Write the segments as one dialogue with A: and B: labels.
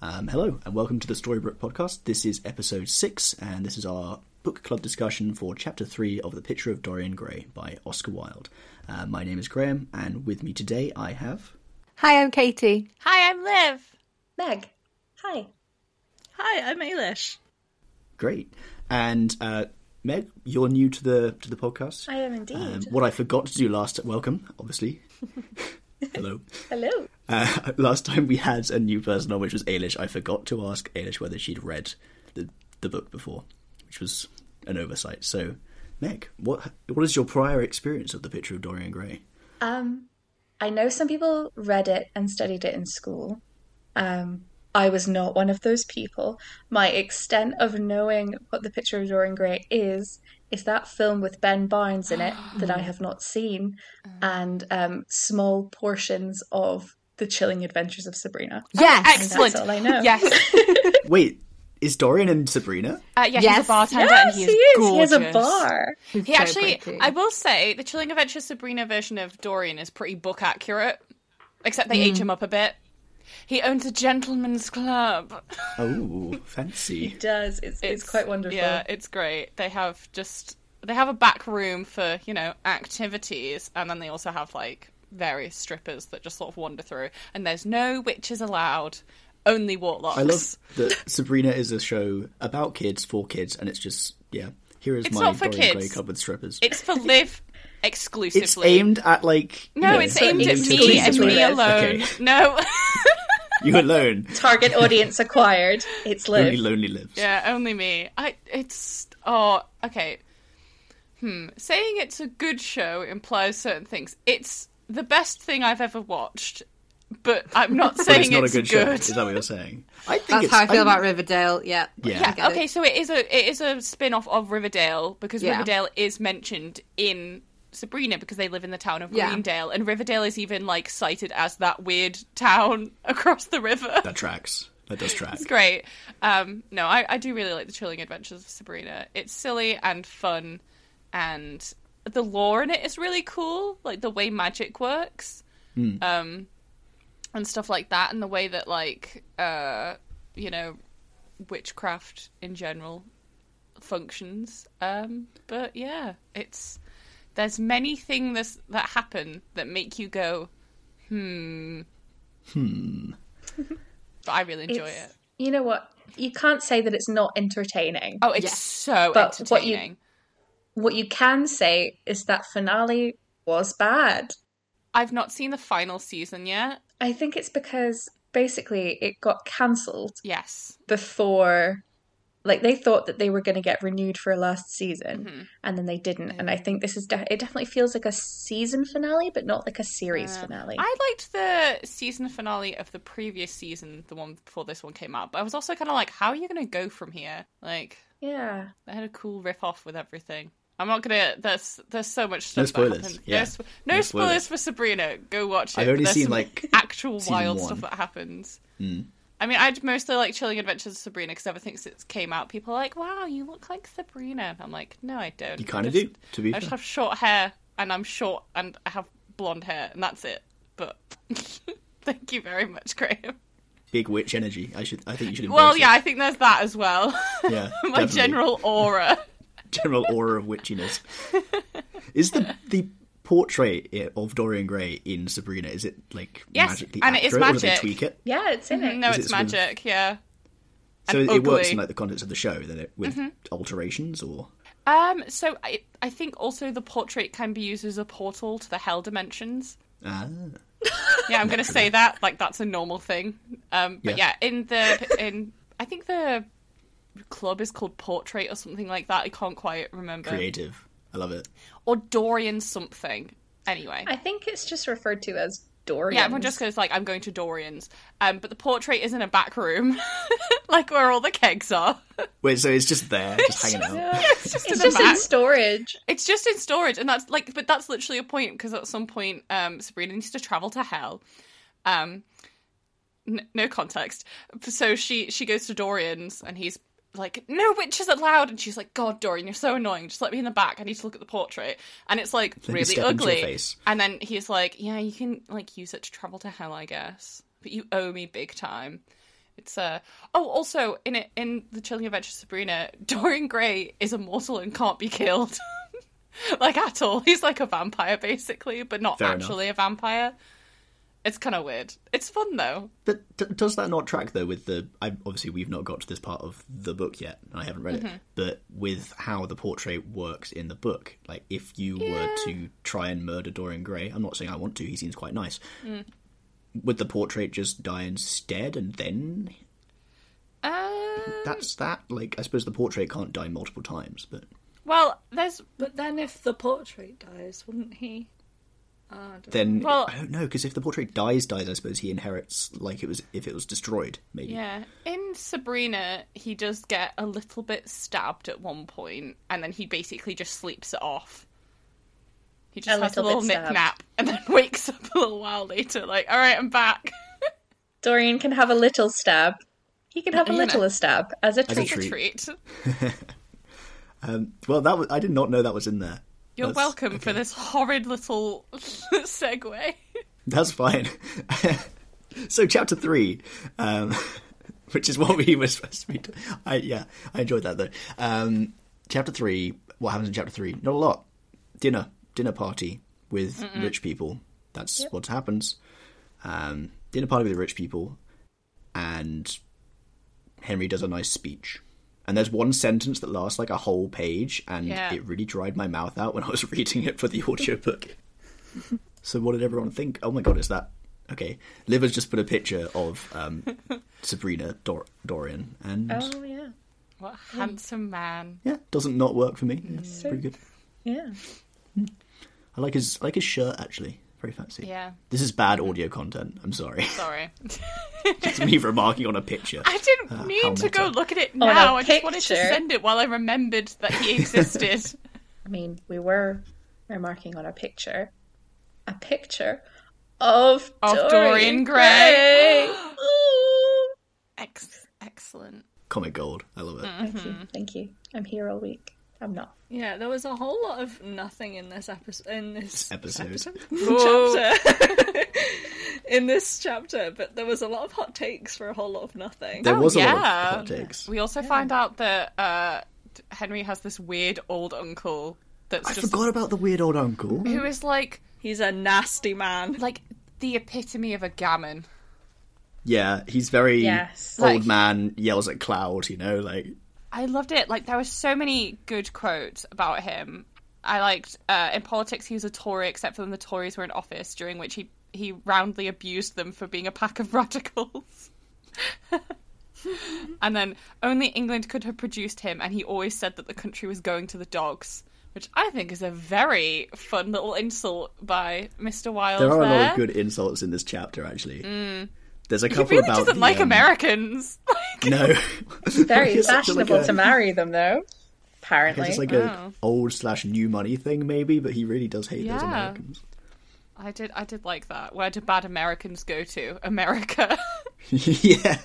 A: Um, hello, and welcome to the Storybook Podcast. This is episode six, and this is our book club discussion for chapter three of The Picture of Dorian Gray by Oscar Wilde. Uh, my name is Graham, and with me today I have.
B: Hi, I'm Katie.
C: Hi, I'm Liv.
D: Meg, hi.
C: Hi, I'm Ailish.
A: Great. And uh, Meg, you're new to the to the podcast.
D: I am indeed.
A: Um, what I forgot to do last welcome, obviously. Hello.
D: Hello.
A: Uh, last time we had a new person on, which was Ailish. I forgot to ask Ailish whether she'd read the the book before, which was an oversight. So, Meg, what what is your prior experience of the picture of Dorian Gray?
D: Um, I know some people read it and studied it in school. Um, I was not one of those people. My extent of knowing what the picture of Dorian Gray is is that film with Ben Barnes in it that I have not seen,
C: Uh-huh.
D: and um, small portions of the Chilling Adventures of Sabrina.
B: Yes.
C: Excellent.
D: That's all I know.
C: Yes.
A: Wait, is Dorian and Sabrina?
C: Uh, yeah, he's
B: Yes.
C: a bartender and
D: Yes,
C: he
D: he
C: is,
D: is. He
C: gorgeous.
D: has a bar.
C: He actually, I will say, the Chilling Adventures Sabrina version of Dorian is pretty book accurate, except they
D: Mm.
C: age him up a bit. He owns a gentleman's club.
A: Oh, fancy.
D: He does. It's, it's, quite wonderful.
C: Yeah, it's great. They have just they have a back room for you know activities, and then they also have like various strippers that just sort of wander through. And there's no witches allowed, only warlocks.
A: I love that Sabrina is a show about kids for kids, and it's just yeah. Here is
C: It's
A: my
C: not for
A: Dorian Gray
C: kids.
A: club with strippers.
C: It's for live exclusively.
A: It's aimed at like you
C: No,
A: know,
C: it's
D: not
C: aimed at
D: aimed
C: me and
D: exclusively
C: me
D: Liv.
C: alone.
A: Okay.
C: No.
A: you alone.
D: Target audience acquired. It's
A: Only
D: Liv.
A: lonely lives.
C: yeah, only me. I. It's. Oh, okay. Hmm. Saying it's a good show implies certain things. It's the best thing I've ever watched, but I'm not
A: But
C: saying
A: it's not a good, show.
C: good.
A: Is that what you're saying? I think
B: That's
A: it's,
B: how I feel
A: I'm-
B: about Riverdale. Yeah.
A: Yeah.
B: I
C: Yeah.
B: get it.
C: Okay. So it is a it is a spin off of Riverdale because
B: Yeah.
C: Riverdale is mentioned in Sabrina because they live in the town of
B: Yeah.
C: Greendale, and Riverdale is even like cited as that weird town across the river.
A: That tracks. That does track.
C: It's great. Um, no, I, I do really like the Chilling Adventures of Sabrina. It's silly and fun, and the lore in it is really cool, like the way magic works, um, and stuff like that, and the way that like uh, you know witchcraft in general functions. Um, but yeah, it's there's many things that happen that make you go, hmm, hmm. but I really enjoy
D: It's-
C: it.
D: You know what? You can't say that it's not entertaining.
C: Oh, it's
B: Yes.
C: so
D: But what you-
C: entertaining.
D: What you can say is that finale was bad.
C: I've not seen the final season yet.
D: I think it's because basically it got cancelled
C: Yes.
D: before like they thought that they were going to get renewed for a last season
C: Mhm.
D: and then they didn't and I think this is de- it definitely feels like a season finale but not like a series
C: Uh,
D: finale.
C: I liked the season finale of the previous season, the one before this one came out. But I was also kind of like, how are you going to go from here? Like,
D: yeah.
C: they had a cool riff off with everything. I'm not gonna. There's there's so much stuff.
A: No
C: that
A: spoilers,
C: happened.
A: yeah.
C: No, sp- no
A: No spoilers.
C: spoilers. for Sabrina. Go watch it.
A: I've
C: but
A: only
C: there's
A: seen,
C: some
A: like,
C: actual
A: season one.
C: wild
A: Hmm.
C: stuff that happens. I mean, I'd mostly like Chilling Adventures of Sabrina because ever since it came out, people are like, "Wow, you look like Sabrina." And I'm like, "No, I don't."
A: You
C: I
A: kind of
C: just-
A: do, to be
C: I just
A: fair.
C: have short hair, and I'm short, and I have blonde hair, and that's it. But thank you very much, Graham.
A: Big witch energy. I should. I think you should. Embrace
C: Well, yeah,
A: it.
C: I think there's that as well.
A: yeah.
C: My
A: definitely.
C: general aura.
A: general aura of witchiness. Is the the portrait i- of Dorian Gray in Sabrina? Is it like
C: Yes,
A: magically
C: and it is
A: accurate, or do they
C: magic.
A: tweak it?
D: Yeah, it's in it.
C: Mm-hmm. No,
A: Is it
C: it's
A: sort of-
C: magic. Yeah.
A: So
C: And
A: it, it works
C: ugly. Mm-hmm.
A: in like the context of the show, then it with alterations or
C: Um, so I, I think also the portrait can be used as a portal to the hell dimensions.
A: ah,
C: Yeah, I'm going to say that like that's a normal thing. Um, but
A: Yeah.
C: yeah. in the in I think the club is called Portrait or something like that. I can't quite remember.
A: creative. I love it.
C: Or Dorian something. Anyway,
D: I think it's just referred to as Dorian.
C: yeah, everyone just goes like, "I'm going to Dorian's," um, but the portrait is in a back room, like where all the kegs are.
A: Wait, so it's just there, just hanging out.
C: it's just, in,
D: it's
C: the
D: just in
C: back.
D: storage.
C: It's just in storage, and that's like, but that's literally a point because at some point, um, Sabrina needs to travel to hell. Um, n- no context. So she she goes to Dorian's, and he's like, "No witches allowed," and she's like, "God, Dorian, you're so annoying. Just let me in the back. I need to look at the portrait." And it's like
A: me
C: really
A: step into your
C: ugly.
A: face.
C: And then he's like, "Yeah, you can like use it to travel to hell, I guess, but you owe me big time." It's uh oh also in it in the Chilling Adventures of Sabrina, Dorian Gray is immortal and can't be killed. like at all. He's like a vampire basically, but not
A: Fair enough.
C: actually a vampire. It's kind of weird. It's fun though.
A: But d- does that not track though with the? I, obviously, we've not got to this part of the book yet, and I haven't read
C: Mm-hmm.
A: it. But with how the portrait works in the book, like if you were to try and murder Dorian Gray, I'm not saying I want to. He seems quite nice.
C: Mm.
A: Would the portrait just die instead, and then
C: Uh,
A: that's that? Like, I suppose the portrait can't die multiple times, but
C: well, there's
E: But then if the portrait dies, wouldn't he? Ah, I don't
A: then
C: Well-
A: I don't know because if the portrait dies, dies, I suppose he inherits like it was if it was destroyed. Maybe
C: yeah. In Sabrina, he does get a little bit stabbed at one point, and then he basically just sleeps it off. He just
F: A
C: has a
F: little
C: little
F: bit
C: nip
F: stabbed.
C: nap, and then wakes up a little while later, like, all right, I'm back.
F: Dorian can have a little stab. He can have a
C: Yeah.
F: little stab as a
A: a
F: treat.
C: It's a
A: treat.
C: treat.
A: Well, that was, I did not know that was in there.
C: You're
A: That's-
C: welcome for this horrid little segue.
A: That's fine. so chapter three, um, which is what we were supposed to be. do- I, yeah, I enjoyed that though. Um, chapter three. What happens in chapter three? Not a lot. Dinner, dinner party with rich people. That's what happens. Um, dinner party with rich people, and Henry does a nice speech. And there's one sentence that lasts like a whole page, and
C: Yeah.
A: it really dried my mouth out when I was reading it for the audiobook. So what did everyone think? Oh my god, is that okay? Liv has just put a picture of um, Sabrina Dor- Dorian, and
F: Oh yeah,
C: What a handsome man.
A: yeah, doesn't not work for me. Yeah, it's pretty good.
F: yeah.
A: I like his I like his shirt actually, very fancy.
C: Yeah.
A: This is bad audio content. I'm sorry.
C: Sorry.
A: it's me remarking on a picture.
C: I didn't
A: Uh, how
C: mean to go
A: meta.
C: look at it
F: a
C: now. I just wanted to
F: picture.
C: send it while I remembered that he existed.
F: I mean, we were remarking on a picture, a picture of,
C: Of
F: Dorian,
C: Dorian Gray.
F: Gray. Ooh.
C: Ex- excellent.
A: Comic gold. I love it.
C: Mm,
F: Thank
C: Mm-hmm.
F: you, thank you. I'm here all week. I'm not.
E: Yeah, there was a whole lot of nothing in this episode. In this
A: Episode.
E: chapter. in this chapter, but there was a lot of hot takes for a whole lot of nothing.
A: There
C: Oh,
A: was a lot of
C: yeah.
A: hot takes.
C: We also find out that uh, Henry has this weird old uncle that's
A: I
C: just
A: forgot about the weird old uncle.
C: who is like
E: He's a nasty man.
C: like the epitome of a gammon.
A: Yeah, he's very
F: Yes.
A: old
C: Like-
A: man yells at cloud. You know, like
C: I loved it. Like there were so many good quotes about him. I liked uh, in politics he was a Tory, except for when the Tories were in office, during which he he roundly abused them for being a pack of radicals. and then only England could have produced him, and he always said that the country was going to the dogs, which I think is a very fun little insult by Mr. Wilde.
A: there are a lot of good insults in this chapter. Actually,
C: Mm.
A: there's a
C: He
A: couple
C: really
A: about
C: doesn't
A: the,
C: like
A: um,
C: Americans.
A: No,
F: Very
A: It's such a, like,
F: fashionable
A: a-
F: to marry them, though. Apparently,
A: It's like
C: Oh.
A: a old slash new money thing, maybe, but he really does hate those
C: Yeah.
A: Americans.
C: I did. I did like that. Where do bad Americans go to? America.
A: yeah,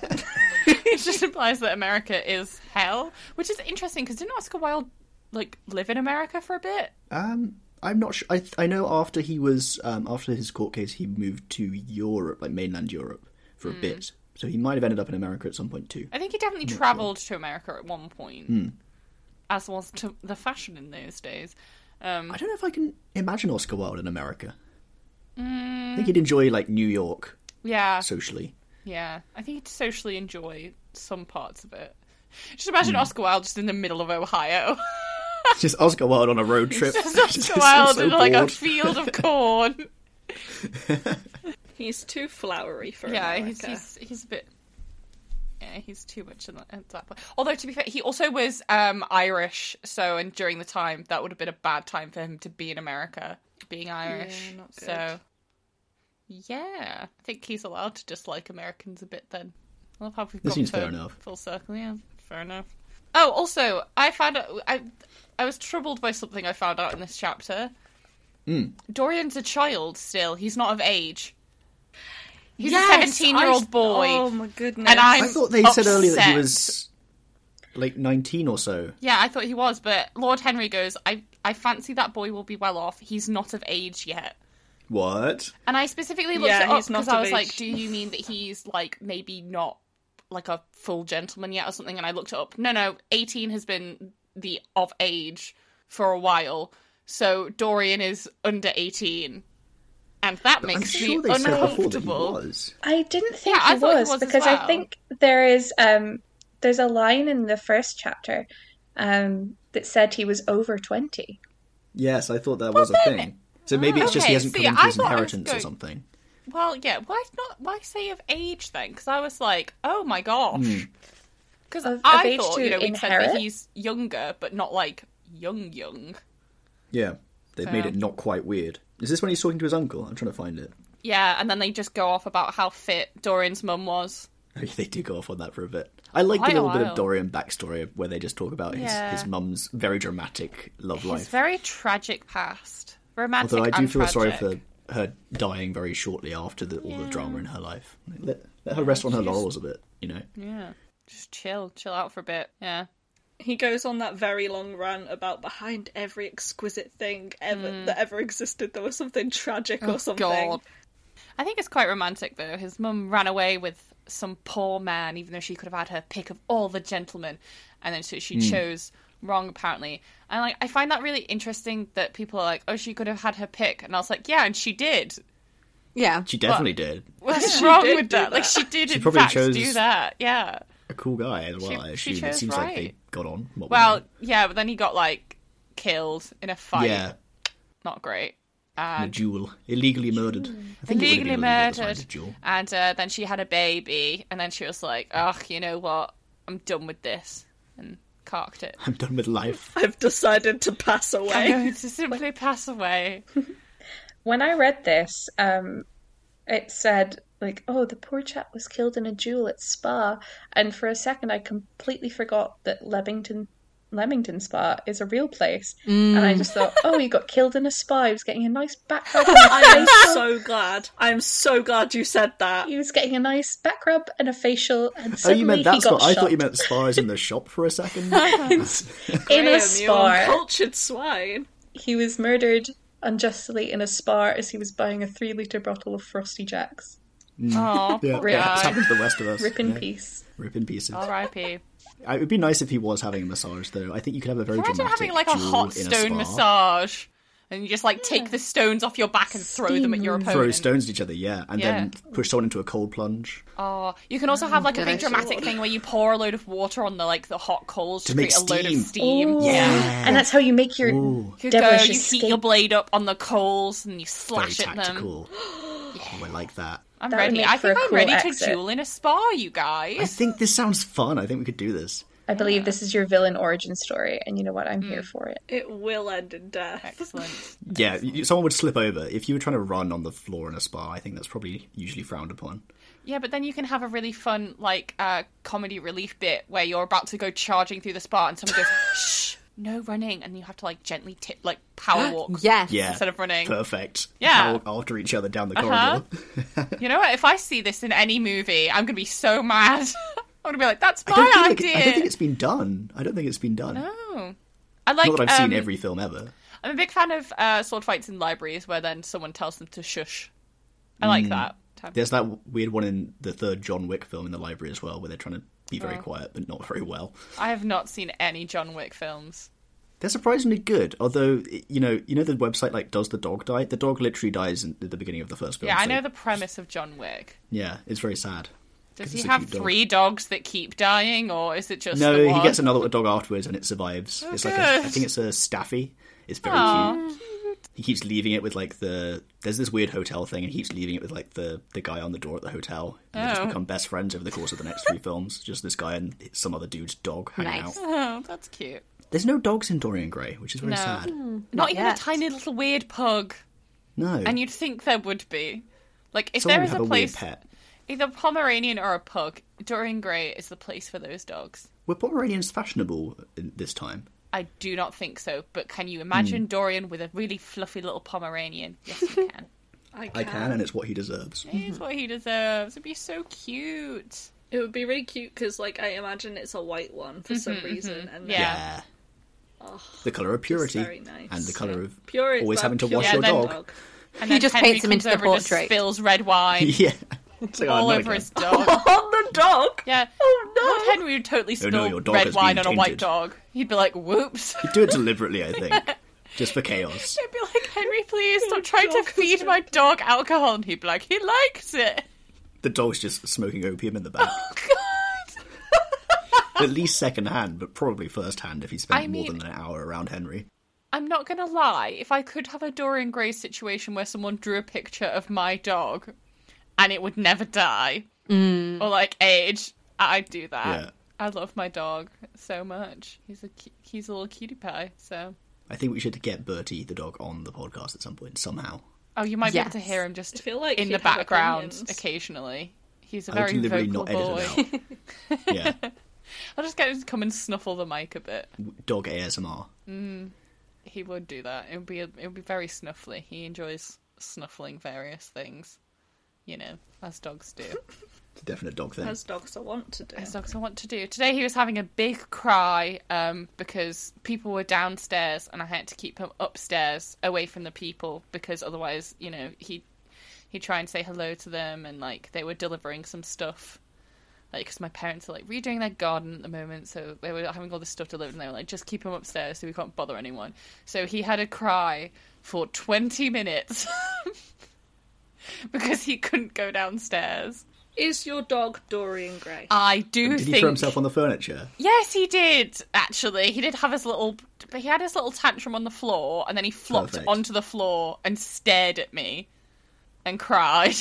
C: it just implies that America is hell, which is interesting because didn't Oscar Wilde like live in America for a bit?
A: um, I'm not sure. I I know after he was um, after his court case, he moved to Europe, like mainland Europe, for a
C: Hmm.
A: bit. So he might have ended up in America at some point too.
C: I think he definitely travelled to America at one point,
A: Hmm.
C: as was to the fashion in those days. Um,
A: I don't know if I can imagine Oscar Wilde in America. I
C: hmm.
A: think he'd enjoy like New York
C: yeah,
A: socially.
C: yeah. I think he'd socially enjoy some parts of it. Just imagine
A: Hmm.
C: Oscar Wilde just in the middle of Ohio.
A: Just Oscar Wilde on a road trip. Just
C: Oscar Wilde
A: so
C: in like a
A: bored.
C: field of corn.
E: He's too flowery for
C: yeah, he's,
E: America.
C: he's he's a bit. Yeah, he's too much in that, at that point. Although to be fair, he also was um, Irish, so and during the time that would have been a bad time for him to be in America, being Irish.
E: not good.
C: So yeah, I think he's allowed to dislike Americans a bit. Then I love how we've
A: That
C: got
A: seems fair
C: full-
A: enough.
C: Full circle, yeah, fair enough. Oh, also, I found out, I I was troubled by something I found out in this chapter.
A: Hmm.
C: Dorian's a child still; he's not of age. He's
E: Yes,
C: a seventeen-year-old
E: I-
C: boy,
E: Oh my goodness!
C: and I'm
A: I thought they
C: upset.
A: said earlier that he was like 19 or so.
C: Yeah, I thought he was, but Lord Henry goes, "I I fancy that boy will be well off. He's not of age yet."
A: What?
C: And I specifically looked
E: Yeah,
C: it up
E: he's not
C: because I
E: of
C: was like,
E: age.
C: "Do you mean that he's like maybe not like a full gentleman yet or something, and I looked it up. No, no, eighteen has been the of age for a while, so Dorian is under eighteen, and that
A: I'm
C: makes
A: sure
C: me
A: they said before that he
C: uncomfortable.
A: was.
F: I didn't think
C: Yeah,
F: he,
C: I thought he
F: was,
C: was as
F: because I
C: well.
F: think there is um there's a line in the first chapter um that said he was over twenty.
A: Yes, I thought that was a thing. So maybe it's just he
C: okay,
A: hasn't
C: see,
A: come into
C: I
A: his
C: thought I was
A: inheritance or
C: going-
A: something.
C: Well, yeah. Why not? Why say of age then? Because I was like, oh my
A: Hmm.
C: gosh. Because
F: Of- of
C: I
F: age
C: thought
F: to
C: you know we said that
F: inherit?
C: he's younger, but not like young young.
A: Yeah, they've made it not quite weird. Is this when he's talking to his uncle? I'm trying to find it.
C: Yeah, and then they just go off about how fit Dorian's mum was.
A: Oh, yeah, they do go off on that for a bit. I like the
C: Quite a
A: little bit of
C: while.
A: Dorian backstory where they just talk about his,
C: Yeah.
A: his mum's very dramatic love
C: His
A: life.
C: very tragic past, romantic.
A: Although I do
C: and
A: feel sorry
C: tragic.
A: for her dying very shortly after the, all the drama in her life. Let, let her rest on her laurels a bit, you know.
C: Yeah, just chill, chill out for a bit. Yeah,
E: He goes on that very long rant about behind every exquisite thing ever that ever existed, there was something tragic or something.
C: Hmm. Oh, God. I think it's quite romantic though. His mum ran away with some poor man, even though she could have had her pick of all the gentlemen, and then so she
A: Hmm.
C: chose wrong apparently. And like, I find that really interesting that people are like, "Oh, she could have had her pick," and I was like, "Yeah, and she did."
B: Yeah.
A: She definitely did.
C: What's
E: she
C: wrong
E: did
C: with
E: do
C: that? Like,
E: that.
C: she did in
A: probably
C: fact
A: chose-
C: do that. Yeah.
A: A cool guy as well, I assume.
C: she
A: It
C: chose
A: seems like they
C: right.
A: got on. what we
C: Well,
A: know.
C: yeah, but then he got like killed in a fight.
A: yeah,
C: Not great.
A: in a duel. Illegally murdered.
F: Hmm.
A: I think it would have
C: Legally
A: been illegal at the time
C: murdered.
A: to duel.
C: And uh, then she had a baby, and then she was like, "Ugh, you know what? I'm done with this," and carked it.
A: I'm done with life.
E: I've decided to pass
C: I'm
E: away.
C: going to simply pass away.
F: When I read this, um it said like, oh, the poor chap was killed in a duel at Spa, and for a second I completely forgot that Leamington Leamington Spa is a real place, and
A: Mm.
F: I just thought, oh, he got killed in a spa. He was getting a nice back rub.
E: I'm so glad. I'm so glad you said that.
F: He was getting a nice back rub and a facial, and
A: Oh,
F: suddenly
A: you meant
F: he
A: that's
F: got
A: what I thought you
F: shot.
A: meant spas in the shop for a second.
F: in
E: Graham,
F: a
E: you
F: spa.
E: uncultured swine.
F: He was murdered unjustly in a spa as he was buying a three litre bottle of Frosty Jacks.
C: Oh,
A: yeah,
F: Rip.
A: that's happened to the rest of us.
F: Rip in
A: yeah.
F: peace.
A: Rip in pieces.
C: Oh. R.I.P.
A: I- It would be nice if he was having a massage, though. I think you could have a very
C: Imagine
A: dramatic
C: having like a
A: duel
C: hot
A: in a
C: stone
A: spa.
C: massage, and you just like take the stones off your back and throw them at your
F: Steamroll.
C: opponent.
A: Throw stones at each other, yeah, and then
C: Yeah.
A: push someone into a cold plunge
C: Oh, you can also have like a big
B: Delicious.
C: dramatic thing where you pour a load of water on the like the hot coals to,
A: make
C: create a load
A: steam.
C: of steam.
F: Ooh.
A: Yeah.
F: And that's how you make your
A: Ooh.
C: You go,
F: devilish
C: you
F: escape.
C: heat your blade up on the coals and
A: Very
C: you slash at them.
A: tactical. Oh, I like that.
C: I'm
F: That would
C: ready.
F: make
C: I
F: for
C: think
F: a
C: I'm
F: cool
C: ready to
F: exit.
C: duel in a spa, you
A: I
C: guys.
A: think this sounds fun. I think we could do this.
F: I believe this is your villain origin story, and you know what? I'm
C: Mm.
F: here for it.
E: It will end in death.
C: Excellent.
A: Yeah, you, someone would slip over if you were trying to run on the floor in a spa. I think that's probably usually frowned upon.
C: Yeah, but then you can have a really fun like uh, comedy relief bit where you're about to go charging through the spa and someone goes, "Shh, no running," and you have to like gently tip like power walk.
B: Yes.
A: Yeah,
C: Instead of running.
A: perfect.
C: Yeah.
A: How- after each other down the
C: Uh-huh.
A: corridor.
C: You know what? If I see this in any movie, I'm gonna be so mad. I'm gonna be like, "That's my
A: I don't, think
C: idea."
A: it, I don't think it's been done. I don't think it's been done.
C: Oh. I like.
A: Not that I've
C: um,
A: seen every film ever.
C: I'm a big fan of uh, sword fights in libraries where then someone tells them to shush. I
A: Mm.
C: like that. Time.
A: There's that w- weird one in the third John Wick film in the library as well, where they're trying to be
C: Oh.
A: very quiet but not very well.
C: I have not seen any John Wick films.
A: They're surprisingly good, although i- you know, you know the website like does the dog die? The dog literally dies in, at the beginning of the first film.
C: Yeah, I
A: so-
C: know the premise of John Wick.
A: Yeah, it's very sad.
C: Does
A: 'Cause
C: he
A: it's a
C: have
A: cute dog.
C: three dogs that keep dying, or is it just
A: No,
C: the one?
A: he gets another dog afterwards, and it survives. it's like a, I
C: Oh, good.
A: think it's a staffy. It's very
C: Aw.
A: cute. He keeps leaving it with like the there's this weird hotel thing, and he keeps leaving it with like the the guy on the door at the hotel. And They
C: Oh.
A: just become best friends over the course of the next three films. Just this guy and some other dude's dog hanging
B: Nice.
A: out.
C: Oh, that's cute.
A: There's no dogs in Dorian Gray, which is very
C: No. Hmm.
A: sad.
C: Not, even
B: yet.
C: a tiny little weird pug.
A: No,
C: And you'd think there would be. Like, if
A: someone
C: there is
A: have
C: a
A: weird
C: place,
A: pet.
C: either Pomeranian or a pug, Dorian Gray is the place for those dogs.
A: Were Pomeranians fashionable in- this time?
C: I do not think so, but can you imagine
A: Hmm.
C: Dorian with a really fluffy little Pomeranian? Yes, you can.
E: I can.
A: I can, and it's what he deserves.
C: Here's what he deserves. It'd be so cute.
E: It would be really cute because, like, I imagine it's a white one for some reason, and
C: Mm-hmm, Yeah.
E: yeah.
A: the color of purity
E: very nice.
A: and the color of
E: pure.
A: always
E: but
A: having to
E: pure
A: wash
C: Yeah,
A: your
C: then-
A: dog.
C: And
B: He
C: then
B: just
C: Henry
B: paints him
C: comes
B: into the
C: over and just
B: portrait.
C: spills red wine
A: Yeah, It's like, oh,
C: all
A: not
C: over
A: again.
C: his dog.
E: on the dog.
C: Yeah.
E: Oh no.
C: Lord Henry would totally
A: Oh,
C: spill
A: no, your dog
C: red
A: has
C: wine
A: been
C: on a white
A: tainted.
C: dog. He'd be like, "Whoops."
A: You do it deliberately, I think, just for chaos.
C: I'd be like, "Henry, please
E: Your
C: stop trying to
E: dog has
C: feed my dog alcohol." And he'd be like, "He likes it."
A: The dog's just smoking opium in the back.
C: Oh God.
A: At least second hand, but probably first hand if he spent
C: I
A: more
C: mean-
A: than an hour around Henry.
C: I'm not gonna lie. If I could have a Dorian Gray situation where someone drew a picture of my dog, and it would never die or like age, I'd do that.
A: Mm. Yeah.
C: I love my dog so much. He's a cu- he's a little cutie pie. So
A: I think we should get Bertie the dog on the podcast at some point somehow.
C: oh, you might be able to
B: Yes.
C: hear him just
E: I feel like
C: in the
E: he'd have
C: background
E: opinions.
C: occasionally. He's a
A: I would deliberately
C: very vocal
A: not edit
C: boy.
A: it out. yeah,
C: I'll just get him to come and snuffle the mic a bit.
A: dog ASMR.
C: He would do that. It would be it would be very snuffly. He enjoys snuffling various things, you know, as dogs do.
A: It's a definite dog thing.
E: As dogs I want to do.
C: As dogs I want to do. Today he was having a big cry um, because people were downstairs and I had to keep him upstairs away from the people because otherwise, you know, he he'd try and say hello to them and like they were delivering some stuff. Like, because my parents are like redoing their garden at the moment, so they were having all this stuff delivered, and they were like, just keep him upstairs so we can't bother anyone. So he had a cry for 20 minutes because he couldn't go downstairs.
E: Is your dog Dorian Gray?
C: I do
A: Did
C: think.
A: he throw himself on the furniture?
C: Yes, he did. Actually, he did have his little. But he had his little tantrum on the floor, and then he flopped
A: Perfect.
C: onto the floor and stared at me, and cried.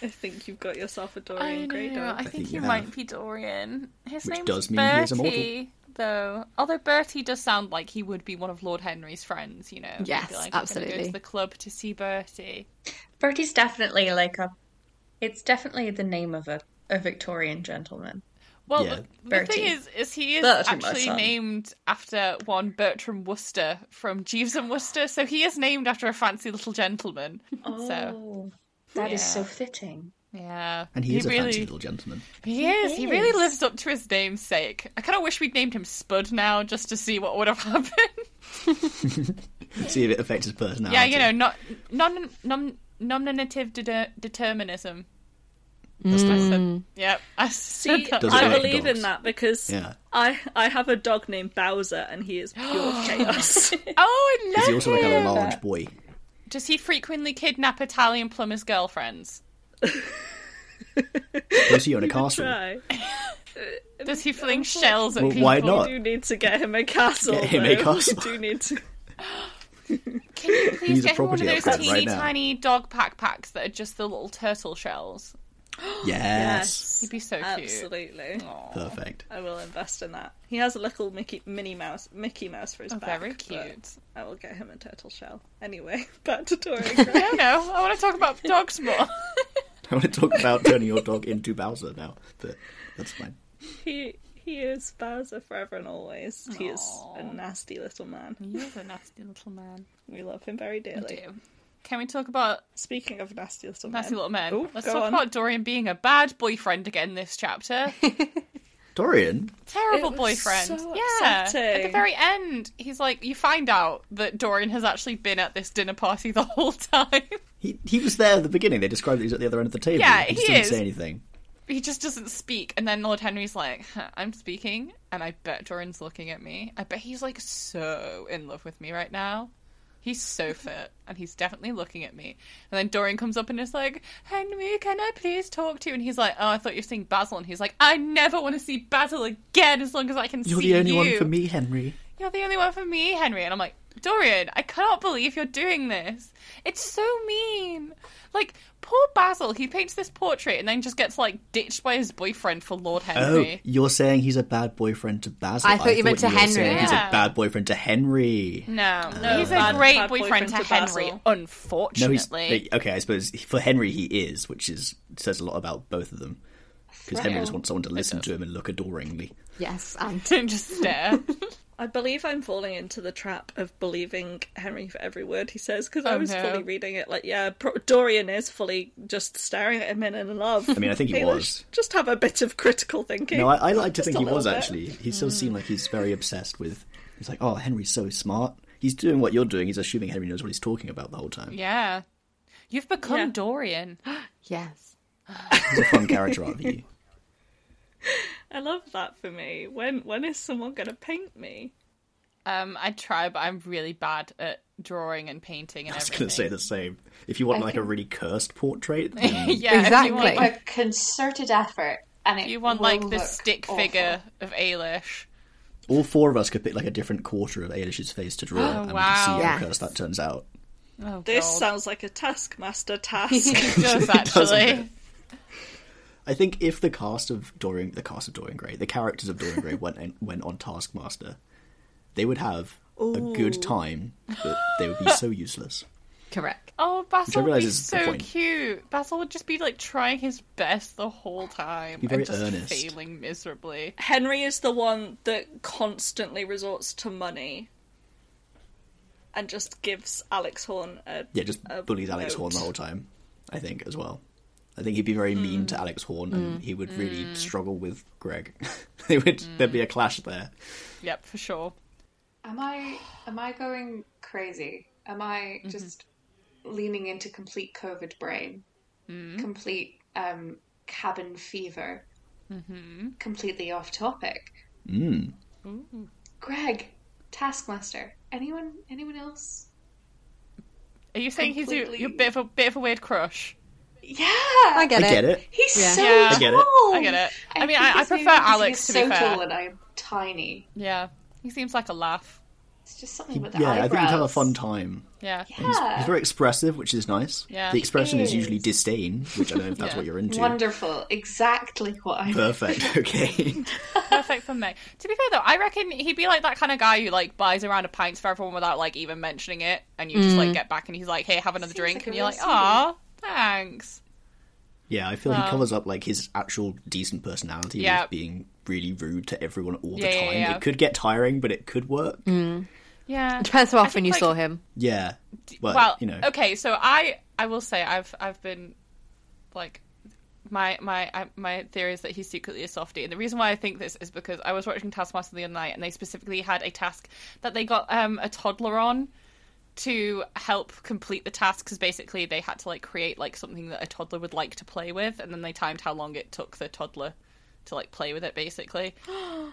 E: I think you've got yourself a
C: I
E: Dorian Gray
C: know.
E: dog.
C: I
A: think
C: think
A: you
C: he might
A: have.
C: be Dorian. His
A: Which
C: name's
A: does mean he is
C: Bertie,
A: immortal.
C: though. Although Bertie does sound like he would be one of Lord Henry's friends. You know. He'd be
B: Yes,
C: like, "I'm gonna Go
B: absolutely.
C: to the club to see Bertie.
F: Bertie's definitely like a. It's definitely the name of a, a Victorian gentleman.
C: Well,
A: Yeah.
C: the, the
F: Bertie.
C: thing is, is he is
F: Bertie, my
C: actually
F: son.
C: named after one Bertram Worcester from Jeeves and Worcester, so he is named after a fancy little gentleman. So
F: that is
C: is so
F: so fitting.
C: yeah,
A: Oh. And he, is
C: really,
A: a fancy little gentleman.
C: he is. He really
F: is.
C: lives up to his namesake. I kind of wish we'd named him Spud now, just to see what would have happened.
A: See if it affects his personality.
C: yeah, you know, not non non nominative de- determinism.
A: That's the
C: I
A: one.
C: said, yep. I said
E: See,
C: that.
A: Mm. Does it
E: I
A: work for
E: believe
A: dogs?
E: in that because
A: Yeah.
E: I I have a dog named Bowser and he is pure chaos.
C: Oh, I love
A: Is he also like a
C: him.
A: large boy?
C: Does he frequently kidnap Italian plumbers' girlfriends?
A: Was he own a castle?
E: Try.
C: Does he fling shells at
A: Well,
C: people?
A: why not?
E: We do need to get him a castle.
A: Get him a
E: though.
A: castle.
E: We do need to.
C: Can you please
A: He's a
C: get him one of
A: property
C: those
A: upgrade
C: teeny
A: right now.
C: tiny dog pack packs that are just the little turtle shells?
A: Yes.
C: He'd be so cute.
E: Absolutely.
A: Perfect.
E: I will invest in that. He has a little Mickey Minnie Mouse Mickey Mouse for his
C: Oh,
E: back.
C: very
E: but
C: cute.
E: I will get him a turtle shell. Anyway, back to Dorian Gray.
C: I don't know. I want to talk about dogs more.
A: I want to talk about turning your dog into Bowser now, but that's fine.
E: he he is Bowser forever and always. He is a nasty little man.
C: He's a nasty little man.
E: We love him very dearly.
C: Can we talk about
E: Speaking of nasty little men,
C: nasty little men?
E: Ooh,
C: Let's
E: go
C: talk
E: on.
C: about Dorian being a bad boyfriend again this chapter.
A: Dorian,
C: Terrible
E: It was
C: boyfriend.
E: so
C: yeah. At the
E: upsetting.
C: very end, he's like, you find out that Dorian has actually been at this dinner party the whole time.
A: he he was there at the beginning. They described that he's at the other end of the table.
C: Yeah,
A: he just
C: he
A: didn't
C: is.
A: say anything.
C: he just doesn't speak and then lord henry's like "Huh, i'm speaking and i bet doran's looking at me i bet he's like so in love with me right now he's so fit and he's definitely looking at me and then dorian comes up and is like henry can i please talk to you and he's like oh i thought you were seeing basil and he's like i never want to see basil again as long as i can
A: You're
C: see
A: the only
C: you
A: one for me, Henry.
C: you're the only one for me, Henry. And I'm like, Dorian, I cannot believe you're doing this. It's so mean. Like, poor Basil, he paints this portrait and then just gets, like, ditched by his boyfriend for Lord
A: Oh,
C: Henry.
A: you're saying he's a bad boyfriend to Basil.
B: I thought you meant to
A: were
B: Henry.
A: saying He's
C: Yeah.
A: a bad boyfriend to Henry.
C: No,
E: No,
C: he's
E: bad-
C: a great
E: bad
C: boyfriend,
E: boyfriend
C: to,
E: to
C: Henry,
E: Basil.
A: No, he's
C: unfortunately.
A: okay. I suppose for Henry he is, which is says a lot about both of them, because Henry just wants someone to listen to him and look adoringly.
B: Yes, and
C: just stare.
E: I believe I'm falling into the trap of believing Henry for every word he says because I
C: Oh,
E: was
C: no.
E: fully reading it. Like, yeah, Pro- Dorian is fully just staring at him in love.
A: I mean, I think he was.
E: Just have a bit of critical thinking.
A: No, I, I like to
E: Just
A: think
E: a
A: he
E: little
A: was
E: bit.
A: actually. He still seemed like he's very obsessed with. He's like, oh, Henry's so smart. He's doing what you're doing. He's assuming Henry knows what he's talking about the whole time.
C: yeah. You've become
E: Yeah.
C: Dorian.
B: yes.
A: It's a fun character arc of you.
E: I love that for me. When when is someone gonna paint me?
C: Um, I try, but I'm really bad at drawing and painting and
A: I was
C: everything.
A: going to say the same. If you want like a really cursed portrait, then
C: yeah, if you want,
B: Exactly.
C: like,
D: A concerted effort, and it
C: you want
D: will
C: like the
D: look
C: stick
D: awful.
C: figure of Ailish.
A: all four of us could pick like a different quarter of Ailish's face to draw, and we can
C: wow.
A: see
B: Yes.
A: how cursed that turns out.
C: Oh,
E: This
C: God.
E: sounds like a Taskmaster task.
C: it does
A: doesn't
C: actually.
A: it? I think if the cast of Dorian, the cast of Dorian Gray, the characters of Dorian Gray went went on Taskmaster, they would have a good time, but they would be so useless.
B: Correct.
C: Oh, Basil would
A: realise
C: be
A: is the
C: so
A: point.
C: cute. Basil would just be like trying his best the whole time
A: Be very
C: and just
A: earnest.
C: failing miserably.
E: Henry is the one that constantly resorts to money and just gives Alex Horn a
A: Yeah, just
E: a
A: bullies Alex
E: note.
A: Horn the whole time. I think as well. I think he'd be very
C: Mm.
A: mean to Alex Horn, and he would really struggle with Greg. they would there'd be
C: Mm.
A: a clash there.
C: Yep, for sure.
D: Am I am I going crazy? Am I
C: Mm-hmm.
D: just leaning into complete COVID brain,
C: Mm-hmm.
D: complete um, cabin fever,
C: Mm-hmm.
D: completely off topic?
A: Mm.
D: Greg, Taskmaster. Anyone? Anyone else?
C: Are you saying he's a,
D: Completely-
C: you're a bit of a bit of a weird crush?
D: Yeah,
B: I get
A: I
B: it.
A: get it.
D: he's
B: Yeah.
D: so
C: Yeah. I
A: get it.
D: tall.
C: I get it. I, mean,
D: think
C: I, I
D: it's maybe
C: prefer
D: because he
C: Alex
D: is
C: to
D: so
C: be fair.
D: tall and I'm tiny.
C: Yeah, he seems like a laugh.
D: It's just something with the
A: yeah, I
D: eyebrows.
A: think he'd have a fun time.
C: Yeah,
A: He's,
D: Yeah.
A: he's very expressive, which is nice.
C: Yeah.
A: the expression is. usually
D: is.
A: disdain, which I don't know if that's
C: Yeah.
A: what you're into.
D: Wonderful. Exactly what I
A: Perfect. Okay.
C: perfect for Meg. To be fair though, I reckon he'd be like that kind of guy who like buys around a pint for everyone without like even mentioning it, and you just
A: Mm.
C: like get back and he's like, "Hey, have another
D: Seems
C: drink,"
D: like a
C: and you're
D: real
C: like, "Ah, thanks."
A: yeah, I feel he covers up like his actual decent personality
C: Yeah.
A: with being really rude to everyone all
C: Yeah,
A: the
C: yeah,
A: time.
C: yeah.
A: It could get tiring, but it could work.
D: Mm.
C: Yeah,
B: Depends how
C: I
B: often
C: think,
B: you
C: like-
B: saw him.
A: Yeah. Well,
C: well,
A: you know,
C: okay. So I, I will say I've, I've been, like, my, my, I- my theory is that he's secretly a softie, and the reason why I think this is because I was watching Taskmaster the other night, and they specifically had a task that they got um, a toddler on to help complete the task because basically they had to like create like something that a toddler would like to play with and then they timed how long it took the toddler to like play with it basically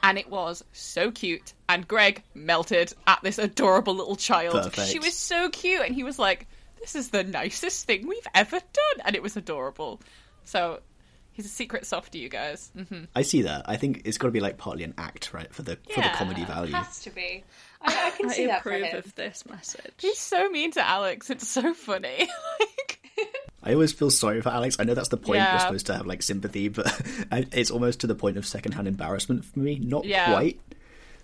C: and it was so cute and greg melted at this adorable little child
A: Perfect.
C: she was so cute and he was like this is the nicest thing we've ever done and it was adorable so he's a secret softie you guys Mhm.
A: I see that. I think it's got to be like partly an act, right, for the for the
C: Yeah.
A: comedy
D: It
A: value.
D: has to be. I, I can
E: I
D: see that for
E: approve
D: him.
E: of this message.
C: he's so mean to alex it's so funny like
A: I always feel sorry for Alex. I know that's the point
C: Yeah.
A: you're supposed to have like sympathy, but I, it's almost to the point of secondhand embarrassment for me. Not
C: Yeah.
A: quite,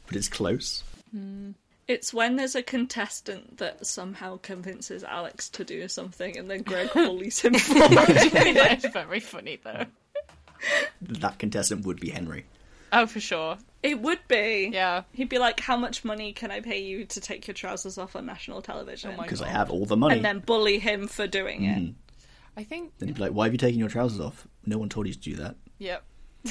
A: but it's close.
E: It's when there's a contestant that somehow convinces Alex to do something and then Greg bullies him for it.
C: it's very funny though
A: That contestant would be Henry.
C: oh for sure
E: It would be.
C: yeah
E: He'd be like, How much money can I pay you to take your trousers off on national television?
C: Oh my
A: because Hmm. I
C: God.
A: have all the money.
E: and then bully him for doing it.
C: I think.
A: Then he'd be like, "Why have you taken your trousers off? No one told you to do that."
C: Yep.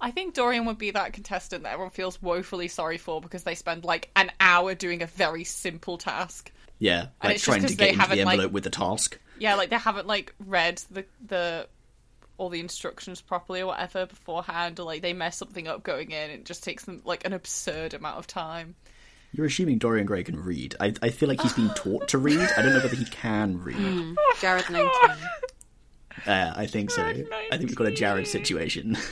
C: I think Dorian would be that contestant that everyone feels woefully sorry for because they spend like an hour doing a very simple task.
A: Yeah,
C: And
A: like
C: it's just
A: trying
C: 'cause
A: to
C: they
A: get into the
C: haven't, like-
A: envelope with the task.
C: Yeah, like they haven't like read the the all the instructions properly or whatever beforehand, or like they mess something up going in. It just takes them like an absurd amount of time.
A: You're assuming Dorian Gray can read. I, I feel like he's been taught to read. I don't know whether he can
C: Hmm.
A: read.
B: Jared 19.
A: Uh, I think so. I think we've got a Jared situation.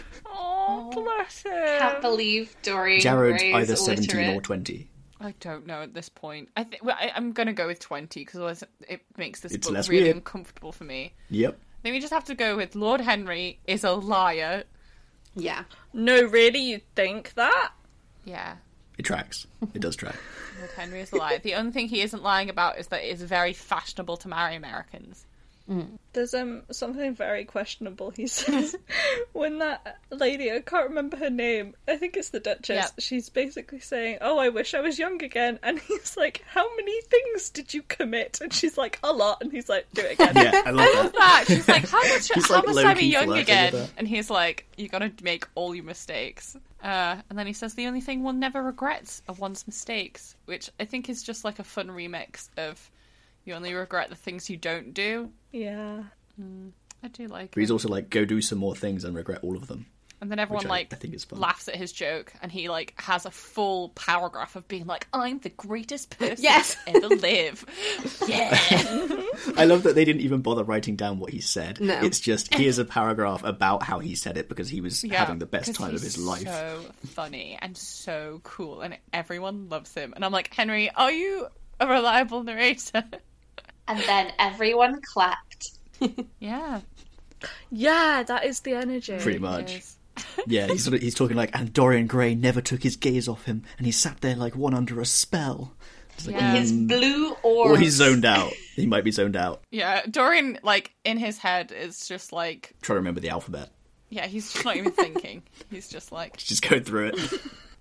C: Oh, bless
D: I
C: him.
D: can't believe Dorian
A: Jared's
D: Gray's
A: either
D: illiterate.
A: 17 or 20.
C: I don't know at this point. I think well, I, I'm gonna go with twenty because otherwise it makes this
A: It's
C: book
A: less
C: really
A: weird.
C: uncomfortable for me.
A: Yep.
C: Then we just have to go with Lord Henry is a liar.
B: Yeah.
E: No, really, you think that?
C: Yeah,
A: It tracks. It does track.
C: Lord Henry is a liar. the only thing he isn't lying about is that it is very fashionable to marry Americans.
E: There's um something very questionable he says when that lady I can't remember her name I think it's the Duchess
C: Yeah.
E: she's basically saying oh I wish I was young again and he's like how many things did you commit and she's like a lot and he's like do it again
A: Yeah, I love that.
C: That she's like, how much,
A: He's,
C: how
A: like,
C: much time are
A: low-key
C: you young
A: flirting with
C: again?
A: her.
C: And he's like, you're gonna make all your mistakes. Uh, and then he says, the only thing one never regrets are one's mistakes, which I think is just like a fun remix of, you only regret the things you don't do.
E: yeah
C: I do like.
A: But he's
C: him.
A: also like, go do some more things and regret all of them.
C: And then everyone
A: I-
C: like
A: I think is fun.
C: laughs at his joke, and he like has a full paragraph of being like, "I'm the greatest person
B: Yes.
C: to ever live." yeah,
A: I love that they didn't even bother writing down what he said.
B: No.
A: It's just here's a paragraph about how he said it because he was
C: Yeah,
A: having the best
C: 'cause
A: time of
C: he's
A: his life.
C: So funny and so cool, and everyone loves him. And I'm like, Henry, are you a reliable narrator?
D: And then everyone clapped.
C: yeah,
E: Yeah, that is the energy.
A: Pretty
C: it
A: much.
C: is.
A: Yeah, he's sort of, he's talking like and Dorian Gray never took his gaze off him and he sat there like one under a spell. It's like,
C: Yeah.
D: His
A: mm.
D: blue orbs.
A: or he's zoned out. He might be zoned out.
C: yeah. Dorian, like in his head, is just like,
A: Try to remember the alphabet.
C: yeah, he's just not even thinking. He's just like,
A: Just go through it.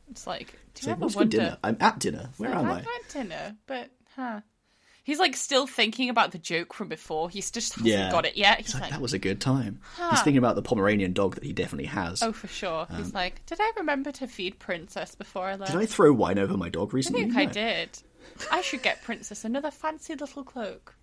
C: it's like, do you
A: Say,
C: ever
A: What's for
C: wonder?
A: dinner? I'm at dinner. Where am I?
C: I've had dinner, but huh. He's like still thinking about the joke from before. He's just hasn't
A: Yeah.
C: got it yet. He's
A: It's like
C: like,
A: that was a good time. He's thinking about the Pomeranian dog that he definitely has.
C: oh, for sure. He's like, did I remember to feed Princess before I left?
A: Um, Did I throw wine over my dog
C: I
A: recently?
C: think I
A: No.
C: did. I should get Princess another fancy little cloak.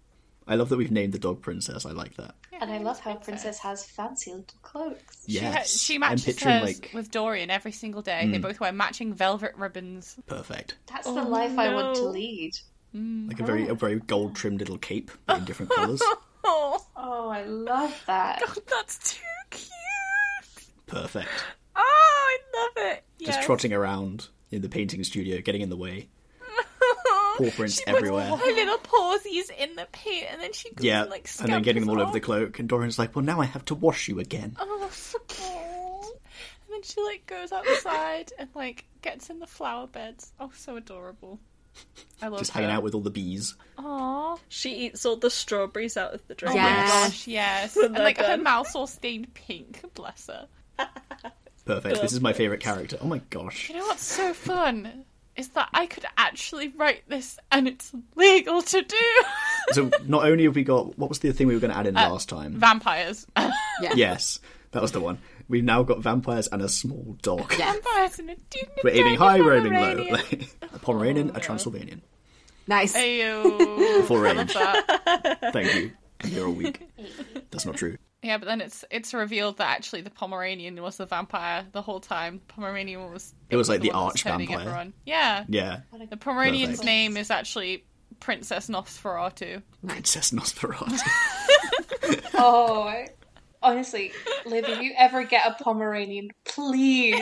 A: I love that we've named the dog Princess. I like that.
D: And I love how Princess has fancy little cloaks.
A: Yes,
C: She, she
A: I'm
C: matches
A: picturing
C: hers
A: like Mm.
C: with Dorian every single day. They both wear matching velvet ribbons.
A: perfect,
D: That's the life I want to
E: Oh, no.
D: lead.
C: Mm,
A: like a very a very gold trimmed little cape but in different colours.
C: Oh,
D: Oh, I love that.
C: that's too cute.
A: Perfect.
C: Oh, I love it.
A: Just
C: Yes.
A: trotting around in the painting studio, getting in the way. Paw prints
C: she
A: everywhere.
C: Puts her little pawsies in the paint, and then she goes
A: Yeah,
C: and like
A: and then getting
C: scampers
A: them all over the
C: off.
A: cloak. And Dorian's like, "Well, now I have to wash you again."
C: Oh, so cute. And then she like goes outside and like gets in the flower beds. Oh, so adorable. I love
A: Just
C: her.
A: hanging out with all the bees.
C: Aww.
E: She eats all the strawberries out of the drink.
B: Yeah. Yes.
C: Oh Gosh, yes. and like her
E: Then-
C: mouth's all stained pink. Bless her.
A: Perfect. This is my favorite character. Oh my gosh.
C: You know what's so fun is that I could actually write this, and it's legal to do.
A: So not only have we got what was the thing we were going to add in
C: Uh,
A: last time?
C: Vampires.
A: yes, that was the one. We've now got vampires and a small dog.
B: Yeah.
C: Vampires and a dude.
A: We're aiming high, we're aiming low. a Pomeranian, a Transylvanian.
B: Nice.
C: Ayo.
A: Full
C: I love
A: range.
C: that.
A: Thank you. You're all weak. That's not true.
C: Yeah, but then it's it's revealed that actually the Pomeranian was the vampire the whole time. Pomeranian was
A: It was like the
C: one that's
A: arch
C: turning
A: vampire.
C: Everyone. Yeah,
A: Yeah.
C: the Pomeranian's
A: Perfect.
C: name is actually Princess Nosferatu.
A: Princess Nosferatu.
D: Oh, I- honestly, Liv, if you ever get a Pomeranian, please,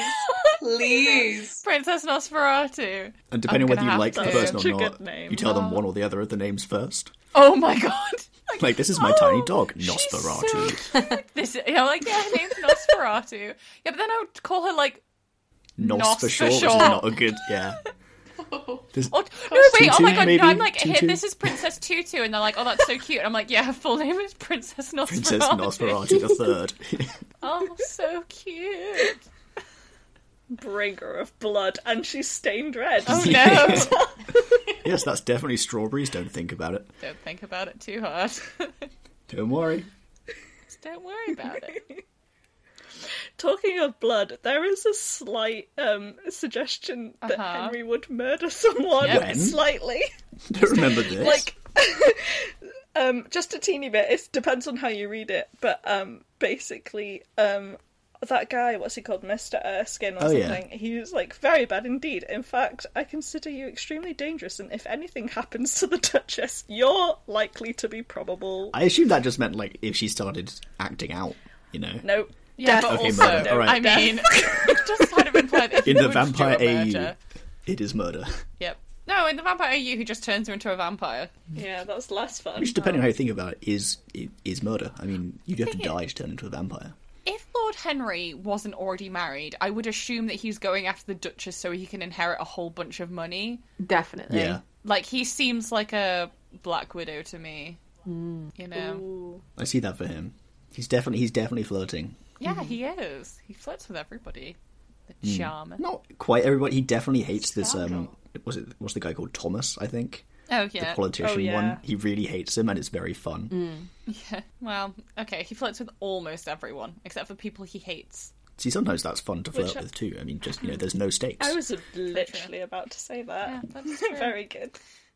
D: please.
C: Princess Nosferatu.
A: And depending on
C: I'm
A: whether
C: gonna
A: you
C: have
A: like
C: to-
A: the person
E: Such a
A: or not,
E: good name.
A: you tell them one or the other of the names first.
C: Oh my god! Like,
A: Like, this is my tiny dog, Nosferatu.
C: She's Oh, so cute. This, you know, like yeah, her name's Nosferatu. Yeah, but then I would call her like.
A: Nos for
C: Nos
A: sure,
C: for
A: which is
C: sure.
A: not a good. Yeah. There's-
C: Oh, no, wait! oh
A: Tutu,
C: my god!
A: maybe?
C: No, I'm like,
A: Tutu?
C: here, this is Princess Tutu, and they're like, oh, that's so cute. And I'm like, yeah, her full name is Princess Nosferatu.
A: Princess Nosferatu the third.
C: Oh, so cute.
E: bringer of blood, and she's stained red.
C: Oh no!
A: yes, that's definitely strawberries. Don't think about it.
C: Don't think about it too hard.
A: Don't worry.
C: Just don't worry about it.
E: Talking of blood, there is a slight um, suggestion that
C: Uh-huh.
E: Henry would murder someone
A: Yep. When?
E: slightly,
A: Don't remember this.
E: like um, just a teeny bit. It depends on how you read it, but um, basically, um, that guy, what's he called, Mister Erskine or
A: Oh, yeah.
E: something? He was like very bad indeed. In fact, I consider you extremely dangerous, and if anything happens to the Duchess, you're likely to be probable.
A: I assume that just meant like if she started acting out, you know.
E: No.
C: Yeah,
E: death
C: but
A: Okay,
C: also,
A: murder, alright.
C: I mean, it just kind of implied that he
A: In the
C: would do a
A: vampire AU,
C: murder.
A: it is murder.
C: Yep. No, in the vampire AU, who just turns her into a vampire.
E: Yeah, that's less fun.
A: Which, depending on how you think about it, is i- is murder. I mean, you'd have to die to turn into a vampire.
C: If Lord Henry wasn't already married, I would assume that he's going after the Duchess so he can inherit a whole bunch of money.
B: Definitely.
A: Yeah,
C: Like he seems like a Black Widow to me. You know.
A: I see that for him. He's definitely he's definitely flirting.
C: Yeah, he is. He flirts with everybody. The charmer.
A: Not quite everybody. He definitely hates this. Um, was it was the guy called Thomas? I think
C: Oh
A: the
C: yeah.
A: politician
E: Oh, yeah. Mm.
A: one. He really hates him, and it's very fun.
C: Yeah, well, okay, he flirts with almost everyone except for people he hates.
A: See, sometimes that's fun to flirt
E: Which I- Mm.
A: with too. I mean, just you know, there's no stakes.
E: I was literally about to say that.
C: Yeah, that's true.
E: Very good.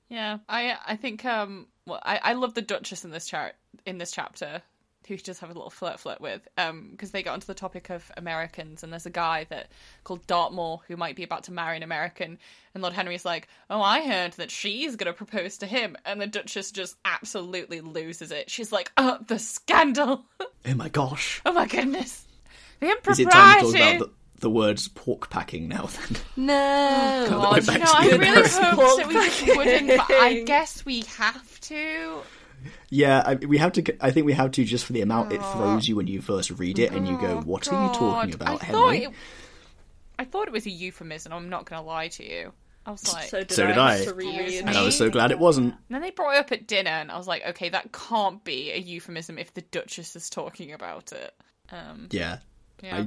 C: Yeah, I I think um well I, I love the Duchess in this chart in this chapter who she does have a little flirt flirt with, because they got onto the topic of Americans, and there's a guy that called Dartmoor who might be about to marry an American, and Lord Henry's like, "Oh, I heard that she's gonna propose to him," and the Duchess just absolutely loses it. She's like, "Oh, the scandal!
A: Oh my gosh.
C: oh my goodness, the
A: Is it time to talk
C: impropriety!"
A: about the, the words pork packing now then?
B: No.
A: Come
C: God,
A: on,
C: you
A: back
C: know,
A: to
C: I
A: the
C: really
A: American
C: hoped that we just wouldn't, but I guess we have to.
A: Yeah, I, we have to. I think we have to just for the amount it throws you when you first read it, and you go, "What are you talking
C: Oh, God,
A: about,
C: I Thought
A: Henry?"
C: it, I thought it was a euphemism. I'm not going to lie to you. I was like,
E: So did
A: So
E: I.
A: did
E: I
A: I.
E: had to reread.
A: And I was so glad it wasn't.
C: and then they brought it up at dinner, and I was like, okay, that can't be a euphemism if the Duchess is talking about it. Um,
A: Yeah,
C: yeah,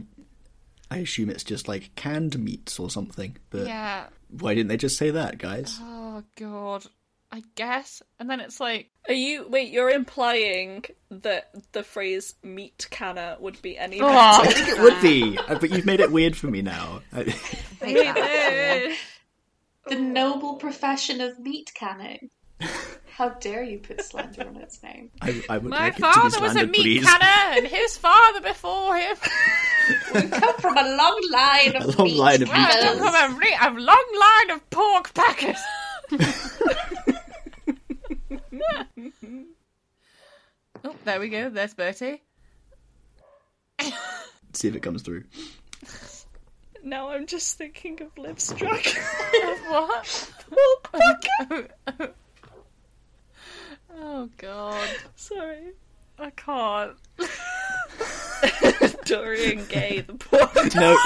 A: I assume it's just like canned meats or something. But
C: yeah.
A: why didn't they just say that, guys?
C: Oh God, I guess. And then it's like,
E: Are you wait? You're implying that the phrase "meat canner" would be any
C: oh,
E: better?
A: it would be, uh, but you've made it weird for me now. I-
B: I hate that.
E: Oh.
D: The noble profession of meat canning. How dare you put slander on its name?
A: I, I would
C: my
A: like it to
C: father
A: be
C: was a
A: slandered,
C: meat
A: please.
C: canner, and his father before him.
D: Come from a long line of
A: A long
D: meat
A: line of meat
C: I
D: canners.
C: come from a, re- a long line of pork packers. oh, there we go. There's Bertie.
A: See if it comes through.
E: now I'm just thinking of Liv's dragon.
C: What? oh god,
E: Sorry,
C: I can't.
E: Dorian Gay, the poor.
A: No,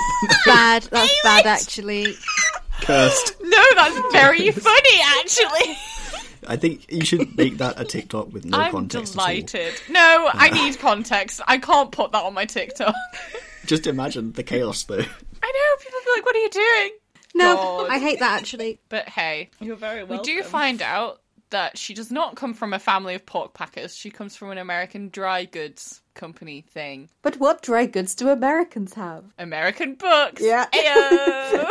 B: Bad. That's bad, actually.
A: cursed.
C: No, that's very funny. Actually,
A: I think you should make that a TikTok with no
C: I'm
A: context at
C: delighted. No, I need context. I can't put that on my TikTok.
A: all. Just imagine the chaos, though.
C: I know people feel like, "What are you doing?"
B: No,
C: God.
B: I hate that, actually.
C: But hey,
E: You're very
C: We
E: welcome.
C: do find out that she does not come from a family of pork packers. She comes from an American dry goods company thing.
B: But what dry goods do Americans have?
C: American books.
B: Yeah.
C: Ayo!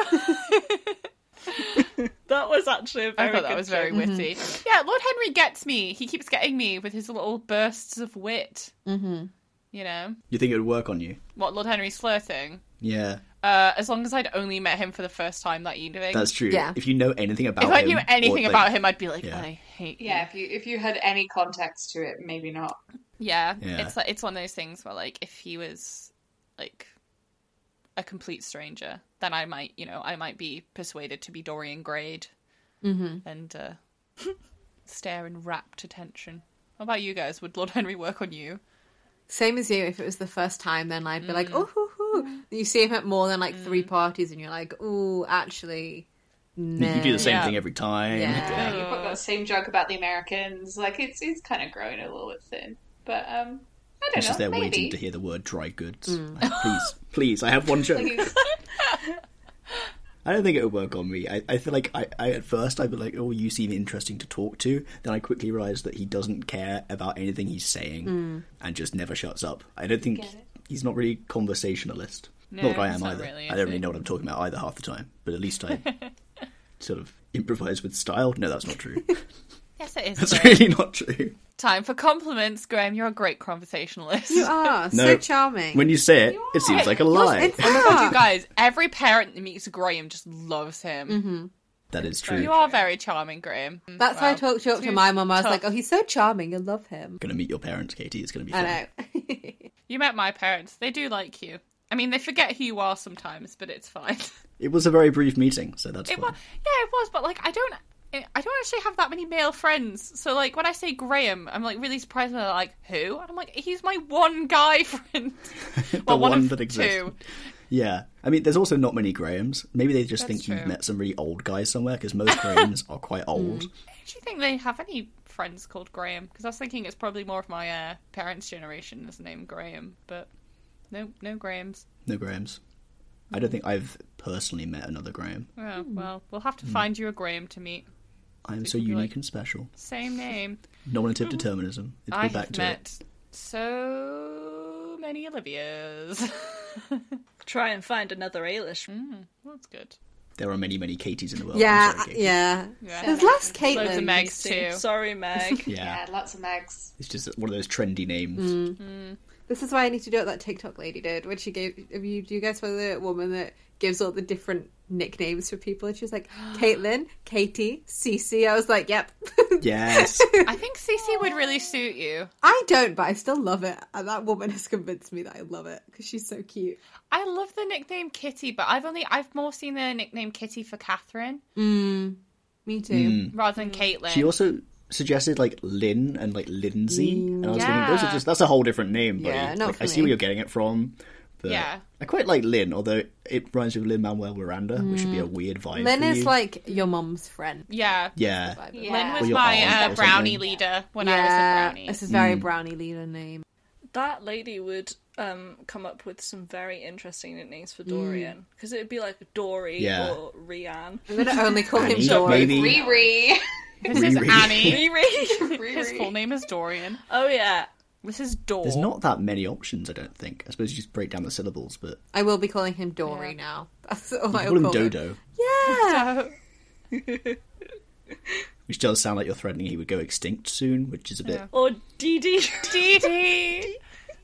E: that was actually a very.
C: I thought that
E: good
C: was very
E: joke. Mm-hmm.
C: witty. Yeah, Lord Henry gets me. He keeps getting me with his little bursts of wit. Mm-hmm. You know
A: You think it would work on you?
C: what Lord Henry's flirting.
A: Yeah,
C: Uh, as long as I'd only met him for the first time that evening.
A: that's true.
B: Yeah.
A: If you know anything about
C: if I
A: him
C: knew
A: or,
C: anything
A: like,
C: about him, I'd be like,
A: Yeah.
C: I hate you.
D: Yeah, if you if you had any context to it, maybe not.
C: Yeah,
A: Yeah.
C: it's like it's one of those things where like if he was like a complete stranger, then I might you know I might be persuaded to be Dorian Grade and uh, stare in rapt attention. What about you guys? Would Lord Henry work on you?
B: Same as you. If it was the first time, then I'd be like, oh, hoo, hoo. You see him at more than like three parties, and you're like, oh, actually, no.
A: You do the same
C: Yeah.
A: thing every time.
B: Yeah.
D: Uh, You've got that same joke about the Americans. Like it's it's kind of growing a little bit thin, but um, I don't
A: It's
D: know.
A: just there
D: maybe. Mm.
A: waiting to hear the word dry goods. Like, please, please, I have one joke.
D: Please.
A: I don't think it would work on me. I, I feel like I, I at first I'd be like, oh, you seem interesting to talk to. Then I quickly realised that he doesn't care about anything he's saying and just never shuts up. I don't think
D: Mm. Get it.
A: he's not really conversationalist.
C: No,
A: not that I
C: he's
A: am
C: not
A: either.
C: really,
A: I
C: is
A: don't really
C: he?
A: know what I'm talking about either half the time. But at least I sort of improvise with style. No, that's not true.
C: Yes, it is.
A: That's
C: Graham.
A: really not true.
C: Time for compliments, Graham. You're a great conversationalist.
B: You
C: Ah,
B: are
A: No.
B: so charming.
A: When you say it, it seems like a lie.
B: it's
C: Oh my God, you
B: not.
C: guys! Every parent that meets Graham just loves him.
A: that is true.
C: You are very charming, Graham.
B: That's how I talked to, up to my mum. I was
C: tough.
B: like, oh, he's so charming. I love him.
A: Going to meet your parents, Katie. It's going to be fun.
B: I know.
C: You met my parents. They do like you. I mean, they forget who you are sometimes, but it's fine.
A: It was a very brief meeting, so that's
C: It
A: fine.
C: was, yeah, it was, but like, I don't, I don't actually have that many male friends. So like, when I say Graham, I'm like really surprised. When they're like, who? And I'm like, he's my one guy friend.
A: the
C: well,
A: one,
C: of
A: that exists.
C: two.
A: Yeah, I mean, there's also not many Grahams. Maybe they just think
C: That's
A: you've
C: true.
A: met some really old guys somewhere because most Grahams are quite old.
C: Do you think they have any friends called Graham? Because I was thinking it's probably more of my uh, parents' generation is named Graham, but no, no Grahams.
A: No Grahams. I don't think I've personally met another Graham.
C: Oh, Well, we'll have to
A: Hmm.
C: find you a Graham to meet.
A: I'm so
C: could be
A: unique
C: like-
A: and special.
C: Same name.
A: Nominative determinism. It's
C: I
A: been back
C: have
A: to it.
C: met so many Olivias. Mm.
E: Try and find another Ailish.
C: That's good.
A: There are many, many Katies in the world. I'm
B: yeah,
A: sorry, Katie.
B: yeah.
C: Yeah.
B: There's less
C: Loads of
B: Caitlin.
C: Megs too.
E: Sorry, Meg.
A: yeah.
D: Yeah, lots of Megs.
A: It's just one of those trendy names.
C: Mm.
B: This is why I need to do what that TikTok lady did when she gave. Have you do you guys follow the woman that gives all the different nicknames for people? And she was like Caitlin, Katie, Cece. I was like, yep.
A: Yes.
C: I think Cece would really suit you.
B: I don't, but I still love it. And that woman has convinced me that I love it because she's so cute.
C: I love the nickname Kitty, but I've only I've more seen the nickname Kitty for Catherine
B: Mm, me too.
A: Mm,
C: rather than Caitlin.
A: she also suggested like Lynn and like Lindsay, and I was
C: Yeah.
A: thinking those are just that's a whole different name. Buddy.
B: Yeah, not
A: Like,
B: for
A: I see
B: me.
A: where you're getting it from. But
C: Yeah.
A: I quite like Lynn, although it reminds me of Lin Manuel Miranda, which would be a weird vibe.
B: Mm. Lynn
A: for
B: is
A: you.
B: like your mum's friend.
C: Yeah.
A: yeah,
D: Yeah.
C: Lynn
A: Or
C: was
A: your
C: my
A: aunt or
C: uh,
A: something.
C: brownie leader when I was a brownie.
B: this is
A: Mm.
B: very brownie leader name.
E: that lady would um, come up with some very interesting nicknames
C: Mm.
E: for Dorian because it'd be like Dory
A: Yeah.
E: or Rianne.
B: I'm gonna only call him
A: Annie,
B: Dory.
A: maybe.
D: Riri.
C: This is
A: Riri.
C: Annie.
E: Riri.
C: His full name is Dorian.
E: oh yeah.
C: This is Dor.
A: There's not that many options, I don't think. I suppose you just break down the syllables, but
B: I will be calling him Dory now. That's all I
A: call
B: will
A: him
B: call him.
A: Dodo,
B: Yeah.
C: So,
A: which does sound like you're threatening he would go extinct soon, which is a bit.
E: Or Dee Dee.
C: Dee Dee.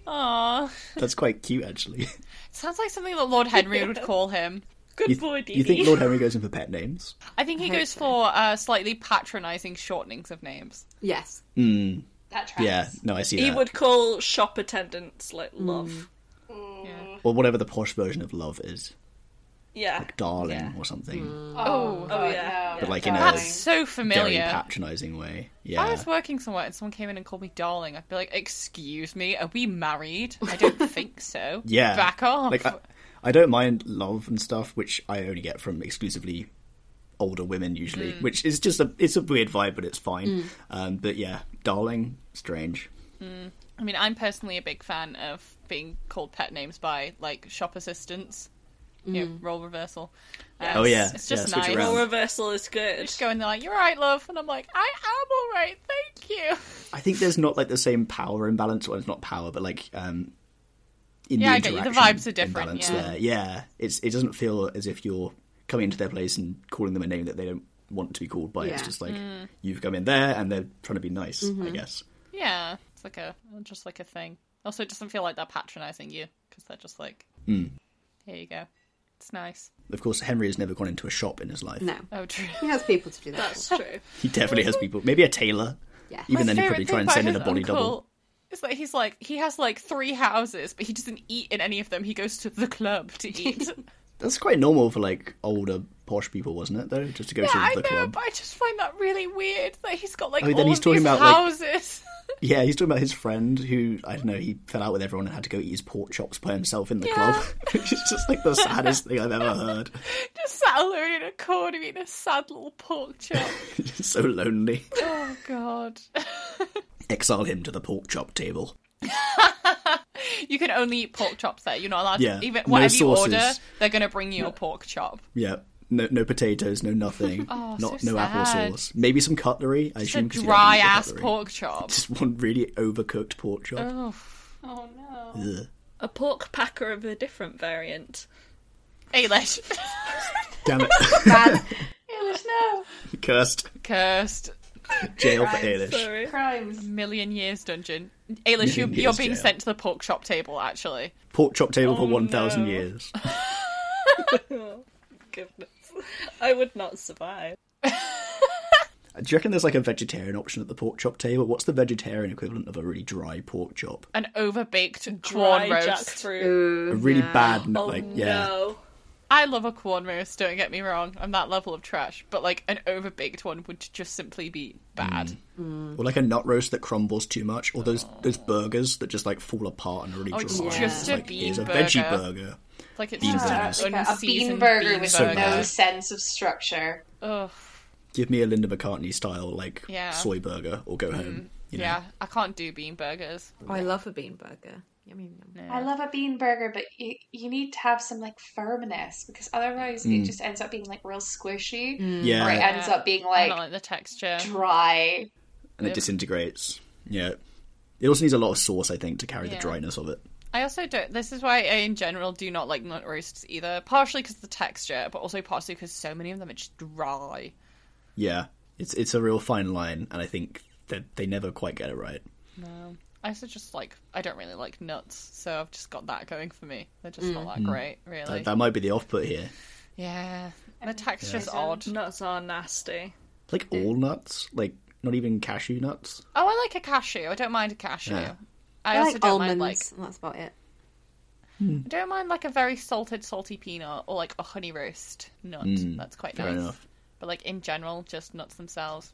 C: Aw.
A: That's quite cute, actually.
C: Sounds like something that Lord Henry would call him.
E: Good
A: you,
E: boy, Dee
A: you
E: Dee.
A: think Lord Henry goes in for pet names?
C: I think he
B: hope
C: goes
B: so.
C: for uh, slightly patronising shortenings of names.
B: Yes.
A: Mm,
D: That tracks.
A: yeah, no, I see
E: he
A: that.
E: would call shop attendants like love.
A: Or whatever the posh version of love is,
E: Yeah.
A: darling
E: Yeah.
A: or something.
D: Oh,
C: Oh,
D: God,
E: yeah.
D: no.
A: But like in a-
C: That's so
A: very
C: familiar.
A: patronising way. Yeah.
C: I was working somewhere and someone came in and called me darling. I'd be like, "Excuse me, are we married? I don't think so."
A: yeah.
C: back off.
A: Like I, I don't mind love and stuff, which I only get from exclusively older women usually,
C: Mm.
A: which is just a it's a weird vibe, but it's fine. Um, but yeah, darling, strange.
C: I mean, I'm personally a big fan of being called pet names by like shop assistants. You know, role reversal. Uh,
A: Oh, yeah.
C: it's just
A: Yeah, switch
C: nice.
A: around.
E: Role reversal is good.
C: Just going there like, "You're right, love," and I'm like, "I am all right, thank you."
A: I think there's not like the same power imbalance, well, it's not power, but like um, in
C: Yeah,
A: the
C: I get you. The
A: interaction
C: vibes are different,
A: imbalance
C: yeah.
A: there. Yeah, it's it doesn't feel as if you're coming into their place and calling them a name that they don't want to be called by. It's
B: Yeah. Mm-hmm.
A: just like
C: Mm.
A: you've come in there and they're trying to be nice, I guess.
C: Yeah, it's like a just like a thing. Also, it doesn't feel like they're patronising you because they're just like,
A: Hmm.
C: "Here you go." It's nice.
A: Of course, Henry has never gone into a shop in his life.
B: No.
C: Oh, true.
B: He has people to do that.
E: That's true.
A: He definitely has people. Maybe a tailor.
B: Yeah.
A: Even
C: My
A: then, he'd
C: favourite
A: probably
C: thing
A: try and
C: about
A: send in a
C: his
A: body
C: uncle
A: double.
C: Is that he's like he has like three houses, but he doesn't eat in any of them. He goes to the club to eat.
A: That's quite normal for like older posh people, wasn't it? Though, just to go
C: yeah,
A: to
C: I
A: the
C: know,
A: club.
C: but I just find that really weird that he's got like
A: I mean,
C: all
A: then he's
C: of
A: talking
C: these
A: about, like-
C: houses.
A: Yeah, he's talking about his friend who I don't know. He fell out with everyone and had to go eat his pork chops by himself in the club. Which is just like the saddest thing I've ever heard.
C: just sat alone in a corner eating a sad little pork chop.
A: He's so lonely.
C: oh god.
A: Exile him to the pork chop table.
C: You can only eat pork chops there. You're not allowed
A: Yeah,
C: to even
A: no
C: whatever you
A: sauces.
C: order, they're gonna bring you a pork chop.
A: Yeah. No, no potatoes, no nothing. Not
C: so
A: no
C: sad.
A: applesauce. Maybe some cutlery. I
C: It's a
A: assume 'cause you don't
C: dry
A: eat the
C: ass
A: cutlery.
C: pork chop.
A: Just one really overcooked pork chop.
C: Oh,
D: Oh, no.
A: Ugh.
E: A pork packer of a different variant.
C: Alish.
A: Damn it,
B: Bad.
D: Eilish, no.
A: cursed
C: Cursed.
A: jail for
D: Right,
A: Ailish.
E: Sorry.
D: Crimes.
C: Million Years Dungeon. Ailish, you're,
A: Million
C: you're
A: Years
C: being
A: Jail.
C: sent to the pork chop table, actually.
A: pork chop table for
E: Oh,
A: 1,000
E: no.
A: years.
E: Oh, goodness. I would not survive.
A: Do you reckon there's like a vegetarian option at the pork chop table? What's the vegetarian equivalent of a really dry pork chop?
C: An overbaked
E: Dry
C: corn roast.
E: jackfruit.
A: A
C: Mm-hmm.
B: Ooh,
A: really
B: no.
A: bad,
E: Oh
A: like, yeah.
E: no.
C: I love a corn roast, don't get me wrong. I'm that level of trash. But, like, an overbaked one would just simply be
A: Mm.
C: bad.
A: Or like a nut roast that crumbles too much, or those those burgers that just like fall apart and are really
C: Oh,
A: dry.
C: it's
B: just
A: It's
C: a
A: like, here's
C: bean
A: a veggie
C: burger.
A: burger.
C: Like, it's
A: Bean
C: just an
A: burgers.
D: Like a, a
C: unseasoned
D: bean burger with
A: So
D: no
A: bad.
D: sense of structure.
C: Ugh.
A: Give me a Linda McCartney style, like,
C: Yeah. Mm-hmm.
A: soy burger, or go home. You know?
C: Yeah, I can't do bean burgers.
B: Oh, I love a bean burger. Yum, yum, yum.
D: I love a bean burger, but you, you need to have some like firmness because otherwise it just ends up being like real squishy
A: Mm. Yeah,
C: Mm-hmm.
D: or it ends up being
C: I
D: like
C: don't like the texture.
D: dry.
A: and it disintegrates. Yeah. It also needs a lot of sauce, I think, to carry
C: Yeah.
A: the dryness of it.
C: I also don't. This is why I, in general, do not like nut roasts either. Partially because of the texture, but also partially because so many of them are just dry.
A: Yeah, it's it's a real fine line, and I think that they never quite get it right.
C: No, I also just like I don't really like nuts, so I've just got that going for me. They're just not that great, really.
A: Mm. That, that might be the off put here.
C: Yeah, the texture's
E: It's
C: odd. Oh,
E: Nuts are nasty.
A: Like all nuts, like not even cashew nuts.
C: Oh, I like a cashew. I don't mind a cashew.
A: Yeah.
C: I,
B: I
C: also
B: like
C: don't
B: almonds,
C: mind like
B: and that's about it.
C: I don't mind like a very salted salty peanut or like a honey roast nut. That's quite
A: Mm. fair
C: nice.
A: enough.
C: But like in general, just nuts themselves.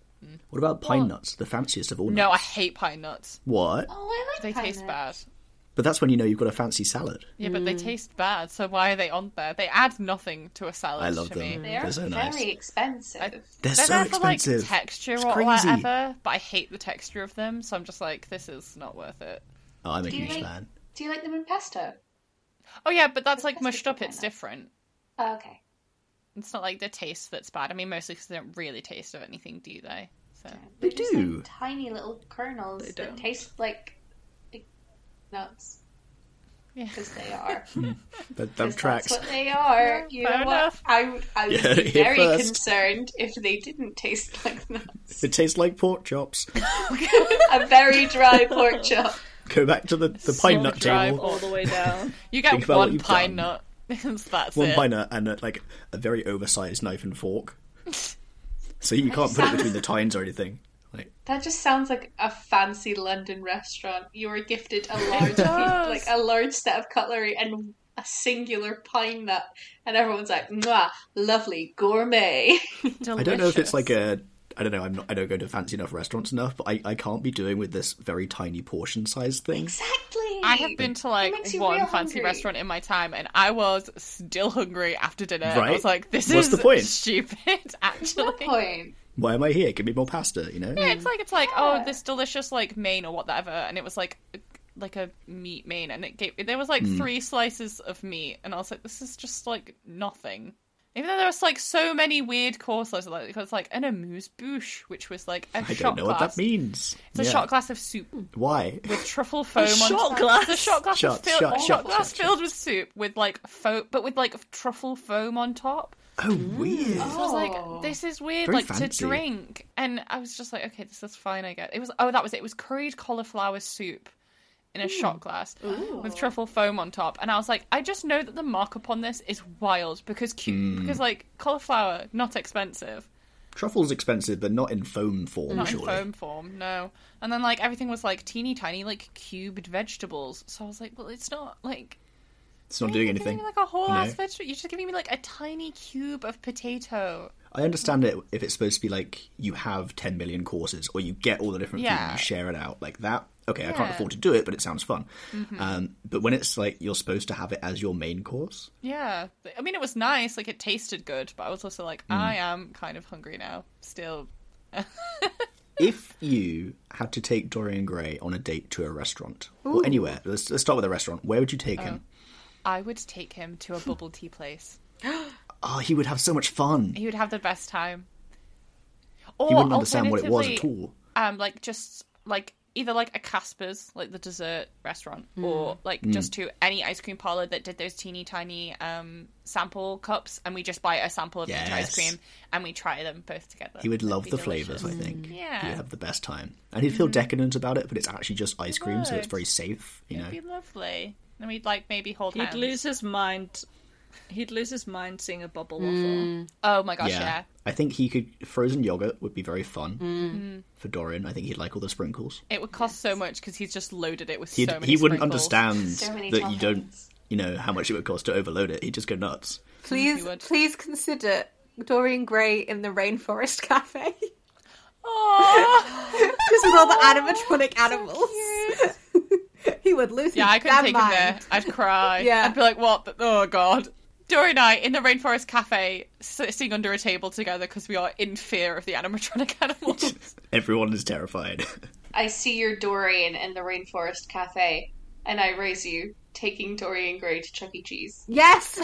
A: What about pine nuts? The fanciest of all nuts.
C: No, I hate pine nuts.
A: What?
D: Oh, I like
C: They
D: pine
C: taste
D: nuts.
C: bad.
A: But that's when you know you've got a fancy salad.
C: Yeah, but they taste bad. So why are they on there? They add nothing to a salad.
A: I love
C: to
A: them.
C: Me.
D: They are
A: They're so
D: very
A: nice.
D: expensive.
A: They're,
C: They're
A: so
C: there for
A: expensive.
C: like texture
A: It's
C: or
A: crazy.
C: whatever, but I hate the texture of them. So I'm just like, this is not worth it.
A: Oh, I'm a
D: Do you
A: huge
D: like-
A: fan.
D: Do you like them in pesto?
C: Oh yeah, but that's like
D: That's
C: mushed up.
D: different,
C: It's
D: though.
C: different.
D: Oh, okay.
C: It's not like the taste that's bad. I mean, mostly because they don't really taste of anything, do they? So
A: They
D: They're just,
A: do.
D: like, tiny little kernels
E: They
D: that
E: don't.
D: taste like, like nuts
C: yeah.
D: because they are.
A: That,
D: 'Cause
A: that tracks.
D: That's what they are. You
C: fair
D: know what?
C: enough.
D: I would, I would
A: Yeah,
D: be
A: here
D: very
A: first.
D: concerned if they didn't taste like nuts.
A: It tastes like pork chops.
D: A very dry pork chop.
A: Go back to the, the pine
C: So
A: nut
C: dry,
A: table.
E: All the way down.
C: You
A: Think
C: get
A: about what
C: one
A: you've done.
C: pine nut. That's
A: One
C: it.
A: pine nut and uh like a very oversized knife and fork. So you can't
D: just
A: put it
D: sounds-
A: between the tines or anything. Like
D: That just sounds like a fancy London restaurant. You were gifted a large, like a large set of cutlery and a singular pine nut, and everyone's like, "Mwah, lovely gourmet."
C: Delicious.
A: I don't know if it's like a I don't know. I'm not. I don't go to fancy enough restaurants enough, but I, I can't be doing with this very tiny portion size thing.
D: exactly.
C: I have been to like
D: makes you
C: one
D: real
C: fancy
D: hungry.
C: restaurant in my time, and I was still hungry after dinner. and I
A: Right?
C: was like, "This
A: What's
C: is
A: the point?
C: stupid." Actually,
D: No point.
A: Why am I here? Give me more pasta. You know.
C: Yeah, it's like it's like oh, this delicious like main or whatever, and it was like like a meat main, and it gave there was like
A: Hmm.
C: three slices of meat, and I was like, this is just like nothing. Even though there was like so many weird courses, like it was like an amuse bouche, which was like a
A: I
C: shot
A: don't know
C: glass.
A: what that means.
C: It's a
A: Yeah.
C: shot glass of soup
A: Why?
C: with truffle foam on
E: shot
C: top.
E: glass?
C: It's a shot glass
A: Shot,
C: filled,
A: shot,
C: a
A: shot,
C: glass
A: shot, shot.
C: filled with soup with like foam, but with like truffle foam on top.
A: Oh,
C: Mm.
A: weird.
C: So I was
D: Oh.
C: like, this is weird,
A: Very
C: like
A: fancy.
C: to drink. And I was just like, okay, this is fine, I guess. It was oh, that was it. It was curried cauliflower soup in a shot glass with truffle foam on top. And I was like, I just know that the markup on this is wild because cute
A: Hmm.
C: because like cauliflower, not expensive.
A: Truffle's expensive, but not in foam form,
C: Not
A: surely.
C: in foam form, no. And then like everything was like teeny tiny, like cubed vegetables. So I was like, well, it's not like
A: It's not
C: you're
A: doing
C: giving
A: anything.
C: me like a whole
A: you know?
C: ass vegetable. You're just giving me like a tiny cube of potato.
A: I understand it if it's supposed to be like you have 10 million courses or you get all the different food and
C: Yeah.
A: you share it out like that. Okay, I can't
C: Yeah. Mm-hmm.
A: afford to do it, but it sounds fun. Um, but when it's like you're supposed to have it as your main course,
C: Yeah, I mean, it was nice. Like it tasted good, but I was also like,
A: Hmm.
C: I am kind of hungry now. Still,
A: if you had to take Dorian Gray on a date to a restaurant or anywhere, let's, let's start with a restaurant. Where would you take
C: Oh.
A: him?
C: I would take him to a
A: Hmm.
C: bubble tea place.
A: Oh, he would have so much fun.
C: He would have the best time. Or
A: He wouldn't understand what it was at
C: alternatively,
A: all.
C: Um, like just like either like a Casper's, like the dessert restaurant,
E: Hmm.
C: or like just
A: Hmm.
C: to any ice cream parlor that did those teeny tiny um sample cups, and we just buy a sample of each
A: Yes.
C: ice cream and we try them both together.
A: He would
C: That'd
A: love
C: be
A: the
C: delicious.
A: flavors, I think.
C: Yeah. Mm-hmm.
A: He'd have the best time. And he'd feel decadent about it, but it's actually just ice cream, so it's
C: would.
A: very safe, you know.
C: It'd be lovely. And we'd like maybe hold
E: He'd
C: hands.
E: lose his mind. He'd lose his mind seeing a bubble waffle.
C: Oh my gosh,
A: yeah.
C: yeah.
A: I think he could frozen yogurt would be very fun
D: Mm.
A: for Dorian. I think he'd like all the sprinkles.
C: It would cost so much because he's just loaded it with
A: He'd,
C: so many.
A: he wouldn't
C: sprinkles.
A: understand
D: So many
A: that you don't
D: toppings.
A: you know how much it would cost to overload it. He'd just go nuts.
B: Please,
C: would.
B: please consider Dorian Gray in the Rainforest Cafe
C: Aw.
B: just with all the animatronic animals. he would lose.
C: yeah,
B: his
C: I couldn't
B: damn
C: take
B: mind.
C: him there. I'd cry.
B: Yeah.
C: I'd be like, what? the- Oh god. Dory and I in the rainforest cafe, sitting under a table together because we are in fear of the animatronic animals.
A: Everyone is terrified.
D: I see your Dorian in the Rainforest Cafe, and I raise you taking Dorian Gray to Chuck E. Cheese.
B: Yes,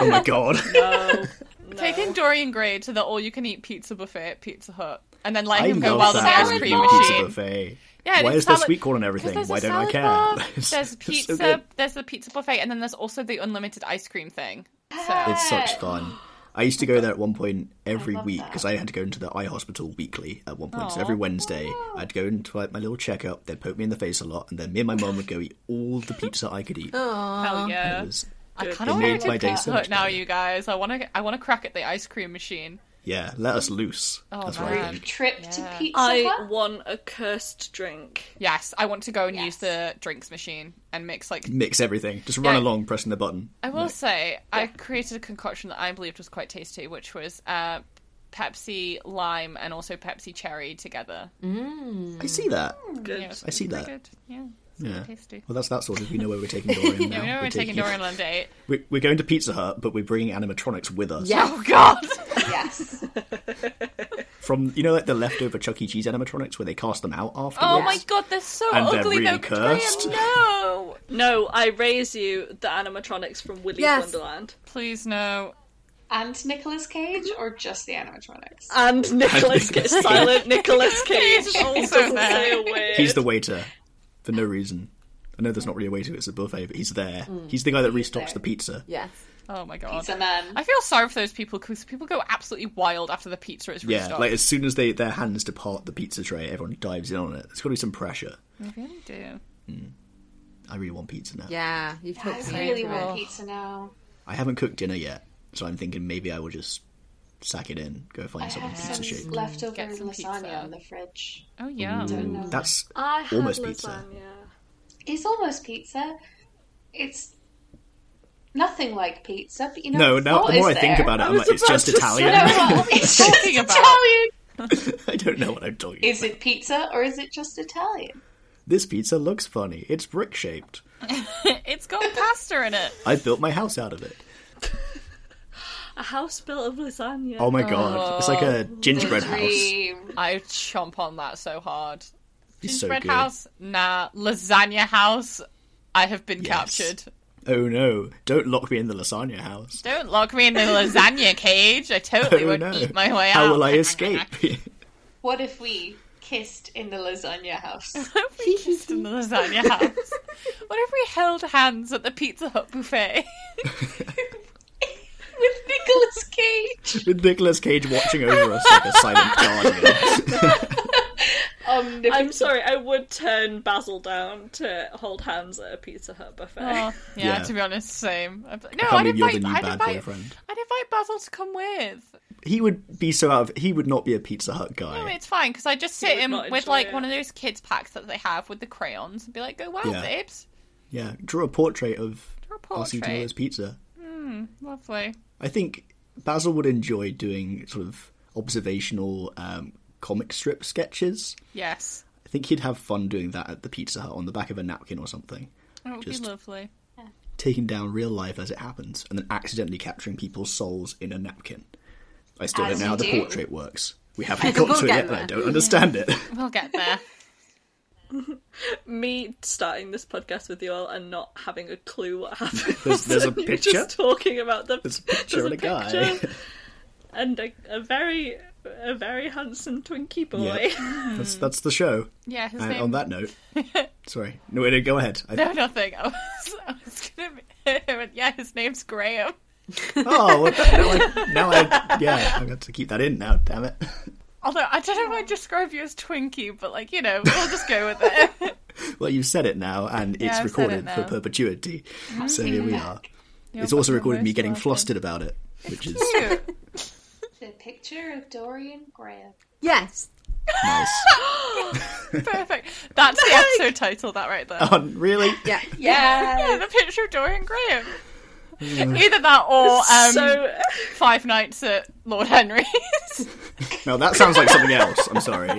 A: oh my god.
E: No, no.
C: Taking Dory and Gray to the all-you-can-eat pizza buffet at Pizza Hut. and then letting
A: I
C: him go
A: love
C: while the
A: that
C: ice
A: on
C: cream
A: the pizza
C: machine.
A: buffet.
C: Yeah,
A: Why
C: it's
A: is there
C: salad-
A: sweet corn and everything?
C: Because
A: Why
C: there's a
A: don't I care?
C: salad bar,
A: It's-
C: there's
A: it's so
C: pizza.
A: good.
C: there's the pizza buffet, and then there's also the unlimited ice cream thing. So
A: It's such fun. I used to go there at one point every
D: love
A: week
D: that.
A: because I had to go into the eye hospital weekly at one point. So
C: Aw.
A: every Wednesday, I'd go into like, my little checkup. They'd poke me in the face a lot, and then me and my mum would go eat all the pizza I could eat.
C: hell
A: It
C: yeah,
A: was-
C: I
E: It
C: kind of
A: made
C: want
A: my
C: to
A: day
C: get
A: so
C: hooked
A: much
C: now,
A: better.
C: you guys. I want to. I want to crack at the ice cream machine.
A: yeah, let us loose.
C: Oh,
A: That's what I
C: man.
A: think.
D: Trip to
C: Yeah.
D: Pizza
E: I
D: Hut?
E: want a cursed drink.
C: Yes, I want to go and use the
D: Yes.
C: drinks machine and mix like
A: Mix everything. Just run
C: Yeah.
A: along, pressing the button.
C: I will say, I created a concoction that I believed was quite tasty, which was uh, Pepsi lime and also Pepsi cherry together.
A: I see that.
E: Good.
C: Yeah, it was
A: Mm. I see
C: pretty
A: that.
C: Good. Yeah, it's
A: Yeah.
C: tasty.
A: Well, that's that sort of. We know where we're taking Dorian now.
C: Yeah, we know we're taking Dorian on a date.
A: We're, we're going to Pizza Hut, but we're bringing animatronics with us.
B: Yeah.
C: Oh God!
D: Yes.
A: From you know, like the leftover Chuck E. Cheese animatronics where they cast them out afterwards.
C: Oh my God, they're so
A: And they're
C: ugly.
A: really
C: though.
A: cursed.
C: Graham, no,
E: No, I raise you the animatronics from Willy's
B: Yes.
E: Wonderland
C: please no.
D: and Nicolas Cage or just the animatronics?
E: and
A: Nicolas
E: Nicholas
A: Cage.
E: silent Nicholas Cage.
C: He's
E: He
C: also
E: doesn't
C: there.
E: say a word.
A: He's the waiter for no reason. I know there's not really a waiter; it's a buffet, but he's there. He's the guy that restocks
D: there.
A: the pizza.
B: Yes.
C: Oh my God.
D: Pizza Man.
C: I feel sorry for those people because people go absolutely wild after the pizza is
A: Yeah,
C: restocked.
A: like as soon as they their hands depart the pizza tray, everyone dives in on it. There's got to be some pressure.
C: I really do.
A: I really want pizza now.
B: Yeah. You've talked
D: I
B: me
D: really
B: into it.
D: want pizza now.
A: I haven't cooked dinner yet, so I'm thinking maybe I will just sack it in, go find
D: I
A: someone
D: have
A: pizza
D: some
A: shake.
D: leftover
C: Get some
D: lasagna
C: pizza.
D: in the fridge.
C: Oh yeah.
D: Don't know.
A: That's
E: I had
A: Almost
E: lasagna.
A: pizza.
D: It's almost pizza. It's nothing like pizza, but you know.
A: no.
D: it's
A: Now
D: not,
A: the more I
D: is
A: think
D: there?
A: about it, I'm
E: was
A: like, it's
E: about
A: just
E: to say-
A: Italian.
D: No, well, it's just
C: Talking about-
D: Italian.
A: I don't know what I'm talking.
D: Is it pizza or is it just Italian?
A: This pizza looks funny. It's brick shaped.
C: it's got pasta in it.
A: I built my house out of it.
E: A house built of lasagna.
A: Oh my god. It's like
C: Oh,
A: a gingerbread house.
D: Dream.
C: I chomp on that so hard.
A: It's so
C: Gingerbread
A: good.
C: house, nah. Lasagna house, I have been
A: Yes.
C: captured.
A: Oh no. Don't lock me in the lasagna house.
C: Don't lock me in the lasagna cage. I totally
A: oh
C: would
A: no.
C: eat my way out.
A: How will I escape?
D: What if we kissed in the lasagna house?
C: What if we kissed in the lasagna house? What if we held hands at the Pizza Hut buffet?
D: With Nicolas Cage.
A: With Nicolas Cage watching over us like a silent guardian.
D: Omnipotent.
E: I'm sorry, I would turn Basil down to hold hands at a Pizza Hut buffet.
C: Oh, yeah,
A: Yeah.
C: To be honest, same. I'd- No,
A: can't
C: I'd
A: believe you're
C: invite,
A: the new
C: I'd,
A: bad
C: invite,
A: boyfriend.
C: I'd invite Basil to come with.
A: He would be so out of he would not be a Pizza Hut
C: No,
A: guy.
C: it's fine because I just sit
E: would
C: him
E: not
C: with
E: enjoy
C: like
E: it.
C: one of those kids packs that they have with the crayons and be like, "Go wow,
A: Yeah.
C: babes,
A: Yeah. Draw a portrait of
C: draw a
A: us eating all
C: portrait,
A: this pizza.
C: lovely."
A: I think Basil would enjoy doing sort of observational um, comic strip sketches.
C: Yes,
A: I think he'd have fun doing that at the Pizza Hut on the back of a napkin or something.
C: that would
A: Just-
C: be lovely.
A: taking down real life as it happens and then accidentally capturing people's souls in a napkin. I still
D: As
A: don't know how
D: you
A: the
D: do.
A: portrait works. We haven't
B: We'll
A: got to it
B: get
A: yet, and I
B: there.
A: don't understand it.
C: We'll get there.
E: Me starting this podcast with you all and not having a clue what happened.
A: There's- there's a
E: And you
A: picture?
E: Just talking about the
A: There's a picture
E: there's
A: and a guy.
E: picture and a, a very a very handsome Twinkie boy.
A: That's, that's the show.
C: yeah, his
A: And
C: name.
A: on that note, sorry. No, wait, no, go ahead. I,
C: No, nothing. I was, I was gonna. Be... yeah, his name's Graham.
A: Oh, what the, now, I, now I. Yeah, I've got to keep that in now, damn it.
C: Although I don't know if I'd describe you as Twinkie, but like you know, we'll just go with it.
A: Well, you've said it now, and it's
C: I've said
A: recorded
C: it
A: for
C: now.
A: perpetuity. So here we are.
C: You're
A: It's also
C: fucking
A: recorded me
C: most
A: getting
C: welcome.
A: flustered about it, which is
C: Cute.
D: The picture of Dorian Graham.
B: Yes.
A: nice.
C: Perfect. That's the episode title. That right there.
A: Oh, really?
B: Yeah.
C: Yeah, the picture of Dorian Graham.
A: Mm.
C: Either that or um,
E: so
C: Five Nights at Lord Henry's.
A: No, that sounds like something else. I'm sorry.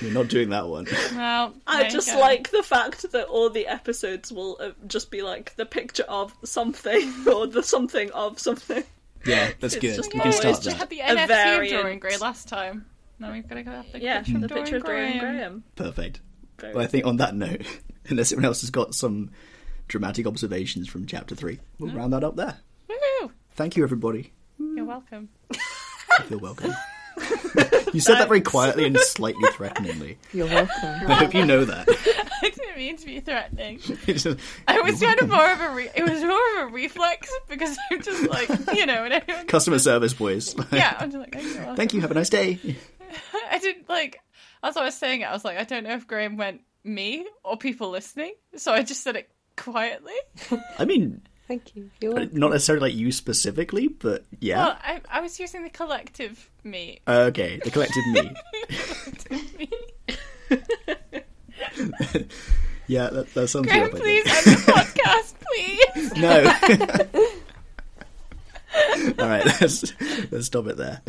A: We're not doing that one.
C: well,
E: I just like the fact that all the episodes will uh, just be like the picture of something or the something of something.
A: Yeah, that's
E: It's
A: good.
E: just
A: We can
E: always
A: start
C: Oh, just
A: that.
C: had the NFC of Dorian
E: variant.
C: Gray last time. Now we've got to go have the
E: Yeah,
C: picture of
E: the
C: Dorian
E: picture of Dorian
C: Graham.
E: Graham.
A: Perfect.
E: Very
A: Well, I think on that note, unless everyone else has got some dramatic observations from chapter three, we'll round that up there.
C: Woo!
A: Thank you, everybody.
C: You're welcome.
A: I feel welcome. you said that very quietly and slightly threateningly.
B: You're welcome.
A: I hope you know that.
C: I didn't mean to be threatening.
A: It's just-
C: I was kind of more of a re- it was more of a reflex because I'm just like you know and everyone,
A: Customer service boys.
C: yeah I'm just like oh, you're welcome.
A: Thank you. Have a nice day.
C: I didn't like as I was saying it I was like I don't know if Graham went me or people listening so I just said it quietly.
A: I mean,
B: Thank you. You're welcome.
A: not necessarily like you specifically, but yeah.
C: Well I I was using the collective me.
A: okay, the collective me. yeah, that, that sounds
C: Graham,
A: good. I
C: please
A: think.
C: end the podcast, please.
A: No. All right, let's let's stop it there.